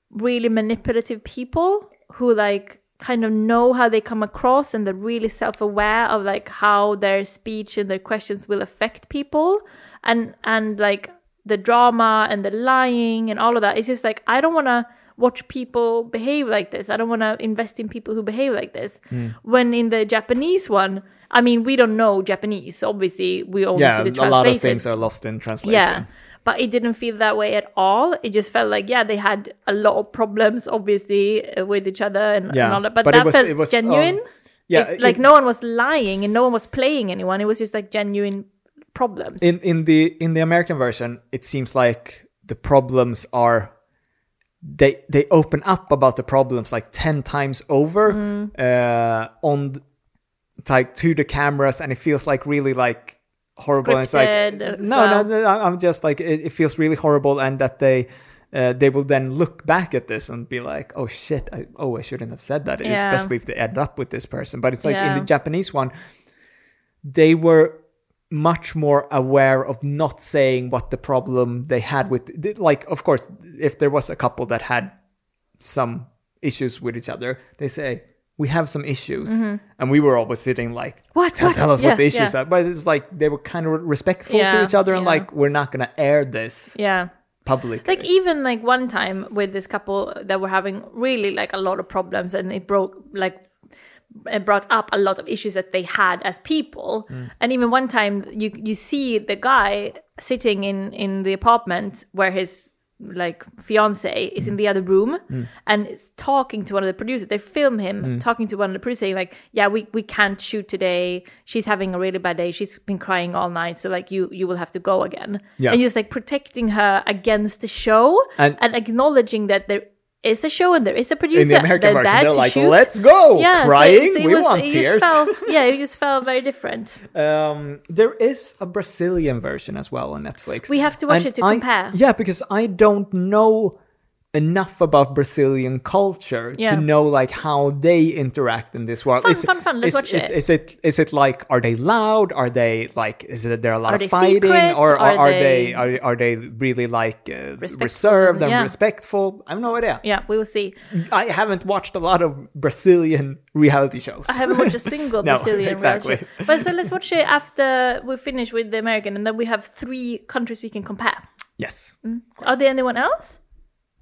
Speaker 2: really manipulative people who like kind of know how they come across and they're really self-aware of like how their speech and their questions will affect people and and like the drama and the lying and all of that it's just like i don't want to watch people behave like this i don't want to invest in people who behave like this
Speaker 1: Hmm.
Speaker 2: when in the japanese one i mean we don't know japanese obviously we only
Speaker 1: yeah,
Speaker 2: see the
Speaker 1: a lot of
Speaker 2: translated
Speaker 1: things are lost in translation.
Speaker 2: yeah. But it didn't feel that way at all. It just felt like, yeah, they had a lot of problems, obviously, uh, with each other and,
Speaker 1: Yeah.
Speaker 2: and all that. But,
Speaker 1: But it
Speaker 2: that
Speaker 1: was-
Speaker 2: felt
Speaker 1: it was, um,
Speaker 2: genuine.
Speaker 1: yeah,
Speaker 2: It- like
Speaker 1: it-
Speaker 2: no one was lying and no one was playing anyone. It was just like genuine problems.
Speaker 1: in in the in the American version, it seems like the problems are they they open up about the problems like ten times over
Speaker 2: Mm.
Speaker 1: uh, on th- like to the cameras, and it feels like really like horrible. and it's
Speaker 2: Scripted
Speaker 1: like
Speaker 2: as
Speaker 1: no, no,
Speaker 2: well.
Speaker 1: no, I- I'm just like it, it feels really horrible, and that they. Uh, they will then look back at this and be like, "Oh shit! I, oh, I shouldn't have said that."
Speaker 2: Yeah.
Speaker 1: Especially if they end up with this person. But it's like in
Speaker 2: Yeah.
Speaker 1: the Japanese one, they were much more aware of not saying what the problem they had with th- like of course if there was a couple that had some issues with each other they say we have some issues and we were always sitting like
Speaker 2: Mm-hmm. What,
Speaker 1: tell,
Speaker 2: what?
Speaker 1: tell us
Speaker 2: Yeah,
Speaker 1: what the issues
Speaker 2: yeah.
Speaker 1: are but it's like they were kind of respectful to
Speaker 2: Yeah,
Speaker 1: each other and
Speaker 2: yeah.
Speaker 1: like we're not gonna air this
Speaker 2: yeah.
Speaker 1: publicly
Speaker 2: Like even like one time with this couple that were having really like a lot of problems, and it broke like it brought up a lot of issues that they had as people. And even one time, you you see the guy sitting in in the apartment where his like fiance is in the other room and is talking to one of the producers. They film him talking to one of the producers, saying like, "Yeah, we we can't shoot today. She's having a really bad day. She's been crying all night. So like, you you will have to go again."
Speaker 1: Yeah.
Speaker 2: And just like protecting her against the show
Speaker 1: And-
Speaker 2: and, acknowledging that there is a show and there is a producer.
Speaker 1: in the american
Speaker 2: They're
Speaker 1: version
Speaker 2: there
Speaker 1: they're
Speaker 2: to
Speaker 1: like
Speaker 2: shoot.
Speaker 1: let's go
Speaker 2: Yeah, so-
Speaker 1: crying
Speaker 2: so it
Speaker 1: we
Speaker 2: was-
Speaker 1: want
Speaker 2: it just
Speaker 1: tears
Speaker 2: felt- yeah, it just felt very different.
Speaker 1: Um, there is a Brazilian version as well on Netflix.
Speaker 2: We have to watch
Speaker 1: And
Speaker 2: it to
Speaker 1: I-
Speaker 2: compare.
Speaker 1: Yeah, because I don't know enough about Brazilian culture
Speaker 2: Yeah.
Speaker 1: to know like how they interact in this world.
Speaker 2: Fun,
Speaker 1: is,
Speaker 2: fun, fun. Let's
Speaker 1: is,
Speaker 2: watch
Speaker 1: is,
Speaker 2: it.
Speaker 1: Is it is it like are they loud? Are they like is it there a lot
Speaker 2: Are
Speaker 1: of
Speaker 2: they
Speaker 1: fighting
Speaker 2: secret?
Speaker 1: or, or
Speaker 2: Are
Speaker 1: are they,
Speaker 2: they-
Speaker 1: are, are they really like uh,
Speaker 2: Respectful,
Speaker 1: reserved and
Speaker 2: yeah.
Speaker 1: respectful? I have no idea.
Speaker 2: Yeah, we will see.
Speaker 1: I haven't watched a lot of Brazilian reality shows.
Speaker 2: I haven't watched a single
Speaker 1: No,
Speaker 2: Brazilian
Speaker 1: exactly.
Speaker 2: reality show. But so let's watch it after we finish with the American, and then we have three countries we can compare.
Speaker 1: yes.
Speaker 2: Are there anyone else?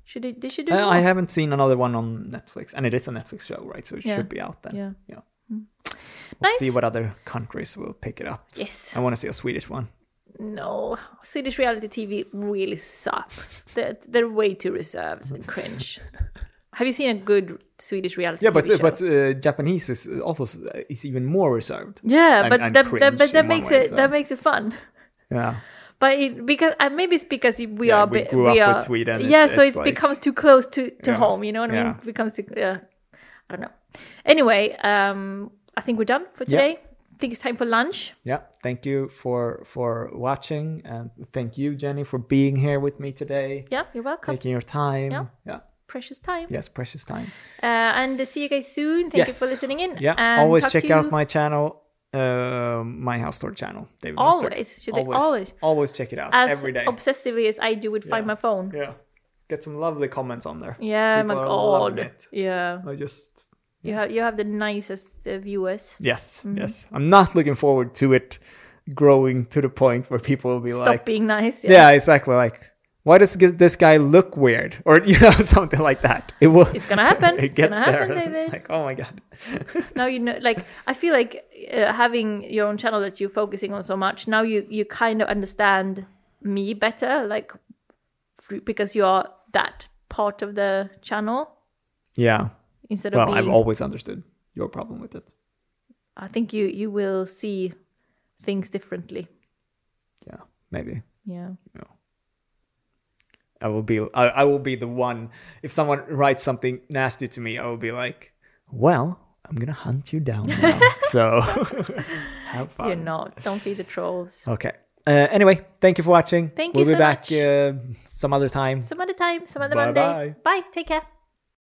Speaker 2: Should it, they should do?
Speaker 1: Uh, I
Speaker 2: more?
Speaker 1: haven't seen another one on Netflix, and it is a Netflix show, right? So it
Speaker 2: Yeah.
Speaker 1: should be out then.
Speaker 2: Yeah. Mm.
Speaker 1: We'll
Speaker 2: Nice.
Speaker 1: See what other countries will pick it up.
Speaker 2: yes.
Speaker 1: I want to see a Swedish one.
Speaker 2: No, Swedish reality TV really sucks. They're, they're way too reserved and cringe. Have you seen a good Swedish reality?
Speaker 1: Yeah, but
Speaker 2: TV show?
Speaker 1: but uh, Japanese is also uh, is even more reserved.
Speaker 2: yeah,
Speaker 1: and-
Speaker 2: but
Speaker 1: and
Speaker 2: that, that
Speaker 1: cringe
Speaker 2: but that
Speaker 1: in one
Speaker 2: makes
Speaker 1: way,
Speaker 2: it
Speaker 1: so.
Speaker 2: that makes it fun.
Speaker 1: Yeah,
Speaker 2: But it, because uh, maybe it's because we
Speaker 1: Yeah,
Speaker 2: are
Speaker 1: we
Speaker 2: bi-
Speaker 1: grew
Speaker 2: we
Speaker 1: up
Speaker 2: are,
Speaker 1: with Sweden,
Speaker 2: Yeah,
Speaker 1: it's-
Speaker 2: so
Speaker 1: it's
Speaker 2: it
Speaker 1: like-
Speaker 2: becomes too close to, to
Speaker 1: Yeah.
Speaker 2: home. You know what I mean?
Speaker 1: Yeah.
Speaker 2: It becomes too. Yeah, I don't know. Anyway, um, I think we're done for
Speaker 1: Yeah.
Speaker 2: today. I think it's time for lunch.
Speaker 1: yeah. Thank you for for watching, and thank you, Jenny, for being here with me today,
Speaker 2: Yeah, you're welcome.
Speaker 1: taking your time.
Speaker 2: Yeah.
Speaker 1: yeah.
Speaker 2: Precious time.
Speaker 1: Yes, precious time.
Speaker 2: Uh, and uh, see you guys soon. Thank
Speaker 1: Yes.
Speaker 2: you for listening in.
Speaker 1: Yeah,
Speaker 2: and
Speaker 1: always
Speaker 2: talk
Speaker 1: check
Speaker 2: to
Speaker 1: out
Speaker 2: you-
Speaker 1: my channel, uh, my house store channel. David Mustard.
Speaker 2: Always. Should they- always?
Speaker 1: always check it out
Speaker 2: as
Speaker 1: every day.
Speaker 2: obsessively as I do with Find
Speaker 1: Yeah.
Speaker 2: My Phone.
Speaker 1: Yeah. Get some lovely comments on there.
Speaker 2: Yeah,
Speaker 1: People
Speaker 2: my
Speaker 1: are loving
Speaker 2: god.
Speaker 1: it.
Speaker 2: Yeah.
Speaker 1: I just
Speaker 2: You have you have the nicest uh, viewers.
Speaker 1: Yes, yes. I'm not looking forward to it growing to the point where people will be
Speaker 2: Stop
Speaker 1: like,
Speaker 2: being nice.
Speaker 1: yeah. exactly. Like, why does g- this guy look weird? Or, you know, something like that. It will.
Speaker 2: It's gonna happen.
Speaker 1: It
Speaker 2: It's
Speaker 1: gets
Speaker 2: gonna happen,
Speaker 1: there. It's
Speaker 2: David.
Speaker 1: just like, oh my God.
Speaker 2: now you know like i feel like uh, having your own channel that you're focusing on so much now you you kind of understand me better like f- because you're that part of the channel
Speaker 1: Yeah.
Speaker 2: instead of
Speaker 1: Well,
Speaker 2: being,
Speaker 1: I've always understood your problem with it.
Speaker 2: i think you you will see things differently
Speaker 1: Yeah, maybe.
Speaker 2: yeah
Speaker 1: I will be I, I will be the one if someone writes something nasty to me, I will be like, "Well, I'm going to hunt you down now." so have fun.
Speaker 2: you're not don't be the trolls
Speaker 1: Okay. Uh, anyway, thank you for watching.
Speaker 2: Thank you
Speaker 1: we'll
Speaker 2: so
Speaker 1: be back
Speaker 2: much.
Speaker 1: uh, some other time.
Speaker 2: some other time some other
Speaker 1: Bye-bye.
Speaker 2: monday bye take care